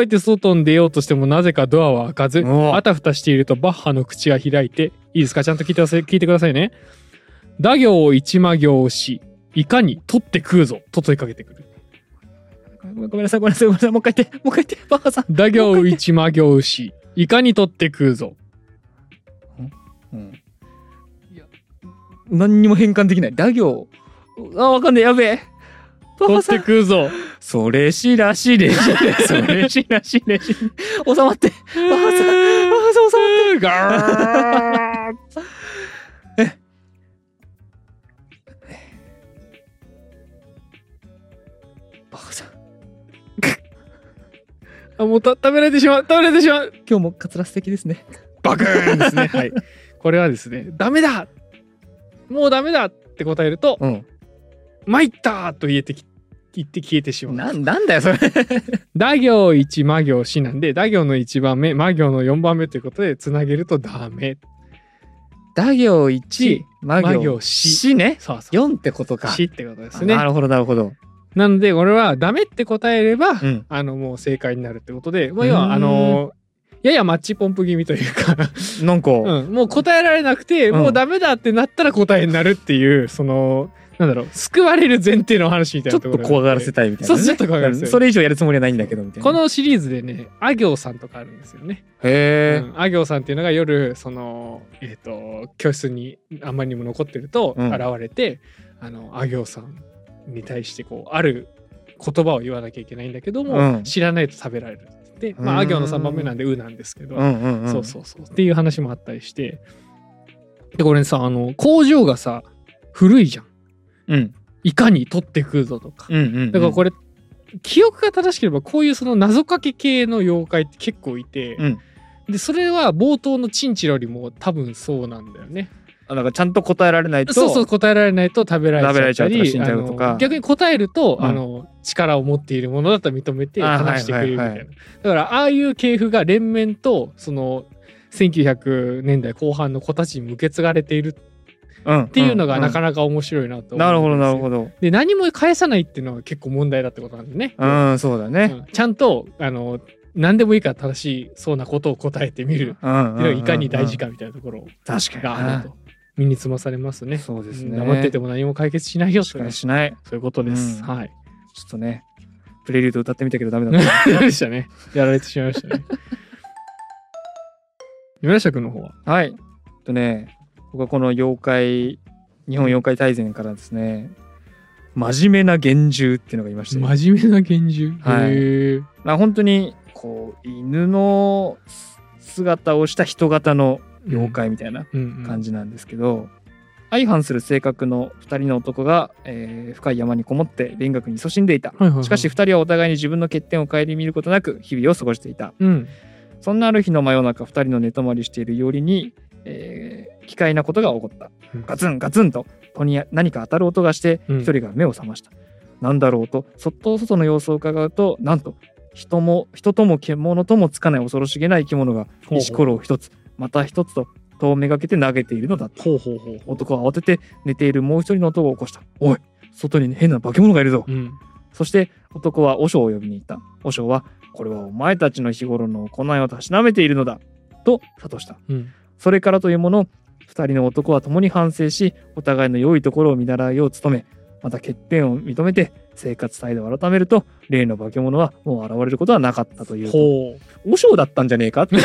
Speaker 1: 驚いて外に出ようとしてもなぜかドアは開かず
Speaker 2: おう
Speaker 1: あたふたしているとバッハの口が開いていいですかちゃんと聞いてください聞いてくださいね。打行を一魔行しいかに取って食うぞと問いかけてくる。
Speaker 2: ごめんなさいごめんなさいごめんなさい。もう一回言ってもう一回言ってバッハさん。
Speaker 1: 打行を一魔行しいかに取って食うぞ。
Speaker 2: うん。いや何にも変換できない。だ行。あわかんないやべえ。バッ
Speaker 1: 取っ
Speaker 2: ハ
Speaker 1: て
Speaker 2: さん。
Speaker 1: 食うぞ。
Speaker 2: それしらしれしれそれしらしれしれ。収まって。
Speaker 1: バ
Speaker 2: バッハさん。バッハ
Speaker 1: ガ
Speaker 2: さん収まって。
Speaker 1: ーッ
Speaker 2: バッハさん。
Speaker 1: あもうた食べられてしまう食べられてしまう
Speaker 2: 今日もカツラ素敵ですね。
Speaker 1: バクーンですね。はい。これはですね、ダメだもうダメだって答えると、
Speaker 2: うん。
Speaker 1: 参ったと言えてき、言って消えてしまう。
Speaker 2: ななんだよそれ。
Speaker 1: 打行1魔行4なんで、打行の1番目、魔行の4番目ということで、つなげるとダメ。
Speaker 2: だ行一
Speaker 1: し
Speaker 2: 魔
Speaker 1: 魔
Speaker 2: 行
Speaker 1: 行
Speaker 2: 四
Speaker 1: し
Speaker 2: ね。
Speaker 1: そうそう。
Speaker 2: 四ってことか。
Speaker 1: しってことです
Speaker 2: な
Speaker 1: ね。
Speaker 2: るほどなるほど。
Speaker 1: なので、俺はダメって答えれば、
Speaker 2: うん。
Speaker 1: あの、もう正解になるってことで、まあ、
Speaker 2: うーん
Speaker 1: 要は、あの、ややマッチポンプ気味というか、
Speaker 2: なんか、
Speaker 1: うん、もう答えられなくて、
Speaker 2: うん
Speaker 1: もうダメだってなったら答えになるっていうそのなんだろう救われる前提の話みたい
Speaker 2: ち
Speaker 1: な
Speaker 2: ょっ
Speaker 1: と
Speaker 2: と
Speaker 1: ころ
Speaker 2: 怖がらせ
Speaker 1: て
Speaker 2: たいみたいなね、
Speaker 1: そうちょっと怖がらせたい
Speaker 2: それ以上やるつもりはないんだけどみたいな。
Speaker 1: このシリーズでねあ行さんとかあるんですよね、
Speaker 2: へ
Speaker 1: うんあ行さんっていうのが夜そのえっ、と教室にあんまりにも残ってると
Speaker 2: うん
Speaker 1: 現れて、あのあ行さんに対してこうある言葉を言わなきゃいけないんだけども、
Speaker 2: うん
Speaker 1: 知らないと食べられるで、まあ、あ行の3番目なんで「う」なんですけど、
Speaker 2: うんうんうん。
Speaker 1: そうそうそうっていう話もあったりしてでこれさあの工場がさ古いじゃん
Speaker 2: うん。
Speaker 1: いかに取ってくるぞとか、
Speaker 2: うんうんうん。
Speaker 1: だからこれ記憶が正しければこういうその謎かけ系の妖怪って結構いて、
Speaker 2: うん
Speaker 1: でそれは冒頭のチンチロよりも多分そうなんだよね
Speaker 2: あなんかちゃんと答えられないと。
Speaker 1: そうそう答えられないと食べられちゃったり
Speaker 2: 食べられちゃうとか死んじゃうとか
Speaker 1: あの逆に答えると、
Speaker 2: うん
Speaker 1: あの力を持っているものだと認めて
Speaker 2: あ
Speaker 1: 話してくれるみたいな、
Speaker 2: はいはい
Speaker 1: だからああいう系譜が連綿とその1900年代後半の子たちにも受け継がれている
Speaker 2: うん。っ
Speaker 1: っていうのがなか
Speaker 2: な
Speaker 1: なか面白いなと思うんですよ、
Speaker 2: なるほどなるほど。
Speaker 1: で何も返さないっていうのは結構問題だってことなんでね、
Speaker 2: うん、そうだね。
Speaker 1: うんちゃんとあの何でもいいから正しそうなことを答えてみる
Speaker 2: うん。
Speaker 1: っていうのがいかに大事
Speaker 2: か。
Speaker 1: かみたいなところ
Speaker 2: 確かに
Speaker 1: があると身につまされますね。
Speaker 2: そうですね。
Speaker 1: 黙ってても何も解決しないよと
Speaker 2: 確かにしない。
Speaker 1: そういうことです。
Speaker 2: うん
Speaker 1: はい。
Speaker 2: ちょっとね、プレリュード歌ってみたけどダメだった。
Speaker 1: ダメでしたね。やられてしまいましたね。 村下君の方は。
Speaker 2: はい。えっとね、僕はこの妖怪、日本妖怪大全からですね、真面目な幻獣っていうのがいまして、
Speaker 1: 真面目な厳重。
Speaker 2: はい
Speaker 1: へえ。
Speaker 2: まあ、本当にこう犬の姿をした人型の妖怪みたいな
Speaker 1: うんうん
Speaker 2: 感じなんですけど、相反する性格の2人の男が、えー深い山にこもって勉学に勤しんでいた
Speaker 1: はいはいはい
Speaker 2: しかし2人はお互いに自分の欠点を顧みることなく日々を過ごしていた
Speaker 1: うん
Speaker 2: そんなある日の真夜中2人の寝泊まりしているよりに、えー奇怪なことが起こった
Speaker 1: うん
Speaker 2: ガツンガツンと戸に何か当たる音がして
Speaker 1: うん
Speaker 2: 1人が目を覚ました、なんだろうとそっと外の様子を伺うとなんと人も人とも獣ともつかない恐ろしげな生き物が石ころを一つまた一つと遠めがけて投げているのだった
Speaker 1: ほうほうほうほ
Speaker 2: 男は慌てて寝ているもう一人の男を起こしたおい外に変な化け物がいるぞ
Speaker 1: ううん
Speaker 2: そして男は和尚を呼びに行った和尚はこれはお前たちの日頃の行いをたしなめているのだと諭した
Speaker 1: うん
Speaker 2: それからというもの二人の男は共に反省しお互いの良いところを見習いよう努めまた欠点を認めて生活態度を改めると例の化け物はもう現れることはなかったという
Speaker 1: ほう
Speaker 2: 和尚だったんじゃ ねえかって、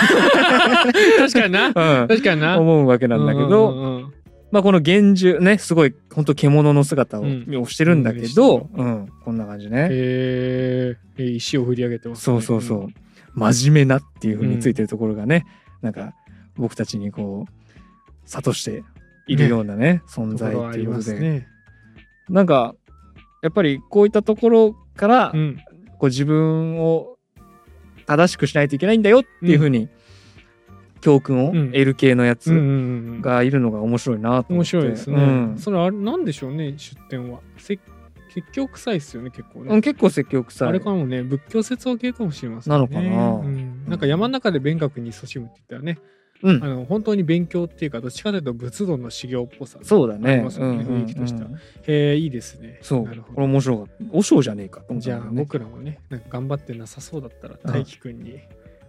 Speaker 1: 確かに な
Speaker 2: うん
Speaker 1: 確かにな
Speaker 2: 思うわけなんだけど、
Speaker 1: うんうんうん
Speaker 2: まあこの幻獣ねすごい本当獣の姿を,、
Speaker 1: うん
Speaker 2: をしてるんだけど、うん、こんな感じね。
Speaker 1: へえ石を振り上げてますね
Speaker 2: そうそうそう、真面目なっていうふうについてるところがね、なんか僕たちにこう諭しているようなね存
Speaker 1: とこ
Speaker 2: 在
Speaker 1: ろはあ
Speaker 2: ってい
Speaker 1: り
Speaker 2: うこ
Speaker 1: ま
Speaker 2: と
Speaker 1: す
Speaker 2: で、
Speaker 1: ね
Speaker 2: なんかやっぱりこういったところから、
Speaker 1: うん
Speaker 2: こう自分を正しくしないといけないんだよっていうふうに、教訓を
Speaker 1: うん
Speaker 2: 得る系のや
Speaker 1: うんう
Speaker 2: つ
Speaker 1: んうん
Speaker 2: がいるのが面白いなと思って、
Speaker 1: 面白いですね、
Speaker 2: うん
Speaker 1: それあれなんでしょうね出典はせ結教臭いですよね結構ね、
Speaker 2: うん結構積極さ
Speaker 1: あれかもね仏教説話系かもしれませんね
Speaker 2: なのかな
Speaker 1: うん、なんか山の中で勉学に勤しむって言ったらね、
Speaker 2: うん
Speaker 1: あの本当に勉強っていうかどっちかというと仏道の修行っぽさ
Speaker 2: そうだ
Speaker 1: あり
Speaker 2: ね
Speaker 1: ますよね
Speaker 2: うんうんうん
Speaker 1: 雰囲気としてはえー、いいですね
Speaker 2: そう
Speaker 1: なる
Speaker 2: こ
Speaker 1: ほ
Speaker 2: れ
Speaker 1: ど
Speaker 2: 面白かった和尚じゃねえかと思った
Speaker 1: じゃあ
Speaker 2: んだよね
Speaker 1: 僕らもねなんか頑張ってなさそうだったら
Speaker 2: うん
Speaker 1: 大輝くんに、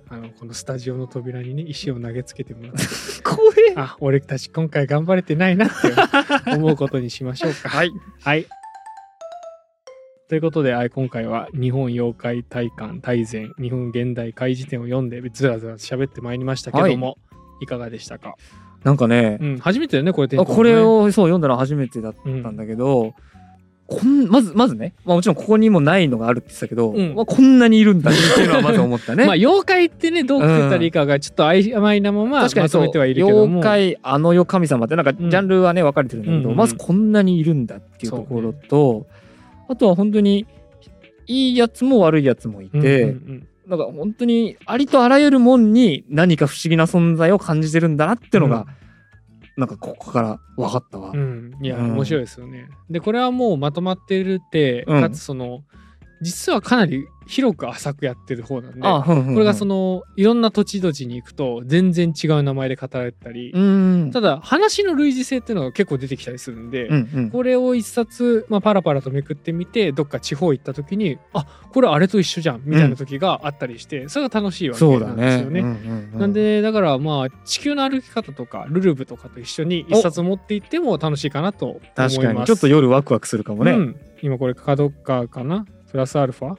Speaker 1: あのこのスタジオの扉にね石を投げつけてもらって
Speaker 2: 怖え
Speaker 1: あ俺たち今回頑張れてないなって思うことにしましょうか
Speaker 2: はい
Speaker 1: はい。ということで、はい今回は日本妖怪体感大全日本現代怪事典を読んでずらずら喋ってまいりましたけども、い、かがでしたか、
Speaker 2: なんかね
Speaker 1: う、ん、初めてだよねこれ、
Speaker 2: あこれをそう読んだのは初めてだったんだけど、こんまずまずね、まあ、もちろんここにもないのがあるって言ってたけど、
Speaker 1: うん
Speaker 2: まあ、こんなにいるんだっていうのは まず思ったね。
Speaker 1: まあ妖怪ってねどう作ったらいいかがちょっと曖昧なままま
Speaker 2: 確かに
Speaker 1: と
Speaker 2: そう
Speaker 1: めてはいるけども
Speaker 2: 妖怪あの世神様ってなんかジ
Speaker 1: うん
Speaker 2: ャンルはね分かれてるんだけ
Speaker 1: うんう
Speaker 2: ど、
Speaker 1: んうん
Speaker 2: まずこんなにいるんだっていうところと、あとは本当にいいやつも悪いやつもいて、
Speaker 1: うんうん
Speaker 2: なんか本当にありとあらゆるもんに何か不思議な存在を感じてるんだなってのが、なんかここから分かったわ。
Speaker 1: うんうんいや、
Speaker 2: うん
Speaker 1: 面白いですよねでこれはもうまとまってるって、
Speaker 2: うん
Speaker 1: かつその実はかなり広く浅くやってる方なんで
Speaker 2: あふんふんふん
Speaker 1: これがそのいろんな土地土地に行くと全然違う名前で語られてたり、
Speaker 2: うん
Speaker 1: ただ話の類似性っていうのが結構出てきたりするんで、
Speaker 2: うんうん
Speaker 1: これを一冊、まあ、パラパラとめくってみてどっか地方行った時にあこれあれと一緒じゃんみたいな時があったりして、それが楽しいわけ
Speaker 2: そう
Speaker 1: な
Speaker 2: だ
Speaker 1: んです
Speaker 2: ね。
Speaker 1: よね。
Speaker 2: うんうんうん
Speaker 1: なんでだからまあ地球の歩き方とかルルブとかと一緒に一冊持って行っても楽しいかなと思います。
Speaker 2: 確かにちょっと夜ワクワクするかもね。
Speaker 1: うん、今これカドッカーかなプラスアルファ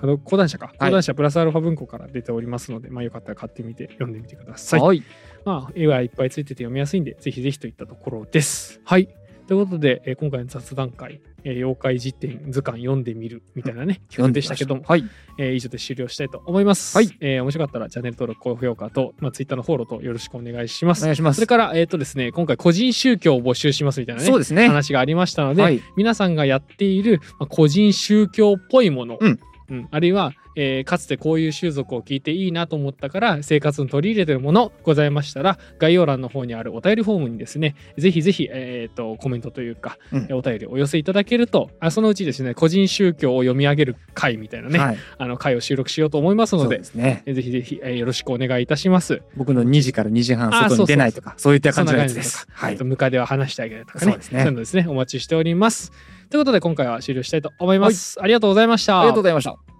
Speaker 1: カド講談社か講談社プラスアルファ文庫から出ておりますので、まあよかったら買ってみて読んでみてください。
Speaker 2: はい。
Speaker 1: まあ、絵はいっぱいついてて読みやすいんで、ぜひぜひといったところです。はい。ということで、えー今回の雑談会、えー妖怪辞典図鑑読んでみるみたいなね、企画でしたけども、
Speaker 2: はい。
Speaker 1: えー以上で終了したいと思います。
Speaker 2: はい。
Speaker 1: えー面白かったらチャンネル登録、高評価と、まあ、ツイッターのフォローとよろしくお願いしま
Speaker 2: お
Speaker 1: す。
Speaker 2: 願いしま
Speaker 1: そ
Speaker 2: す
Speaker 1: れ。から、えっ、とですね、今回個人宗教を募集しますみたいなね
Speaker 2: そう、ですね。
Speaker 1: 話がありましたので、
Speaker 2: はい。
Speaker 1: 皆さんがやっているまあ個人宗教っぽいもの、
Speaker 2: うん
Speaker 1: うんあるいは、えーかつてこういう習俗を聞いていいなと思ったから生活に取り入れてるものございましたら概要欄の方にあるお便りフォームにですねぜひぜひ、えー、とコメントというか、
Speaker 2: うん
Speaker 1: お便りをお寄せいただけるとあそのうちですね個人宗教を読み上げる回みたいなね、
Speaker 2: はい。
Speaker 1: あの回を収録しようと思います
Speaker 2: そ
Speaker 1: の
Speaker 2: う
Speaker 1: で
Speaker 2: ですね。
Speaker 1: えーぜひぜひ、えーよろしくお願いいたします。
Speaker 2: 僕の2時から2時半
Speaker 1: あ
Speaker 2: 外に出ないとか、そういった感じのやつで
Speaker 1: そ
Speaker 2: す
Speaker 1: ん。
Speaker 2: は
Speaker 1: えっ
Speaker 2: い
Speaker 1: と。ムカデは話してあげるとかね。
Speaker 2: そうですね
Speaker 1: いうのですね。お待ちしております。ということで今回は終了したいと思います。ありがとうございました。
Speaker 2: ありがとうございました。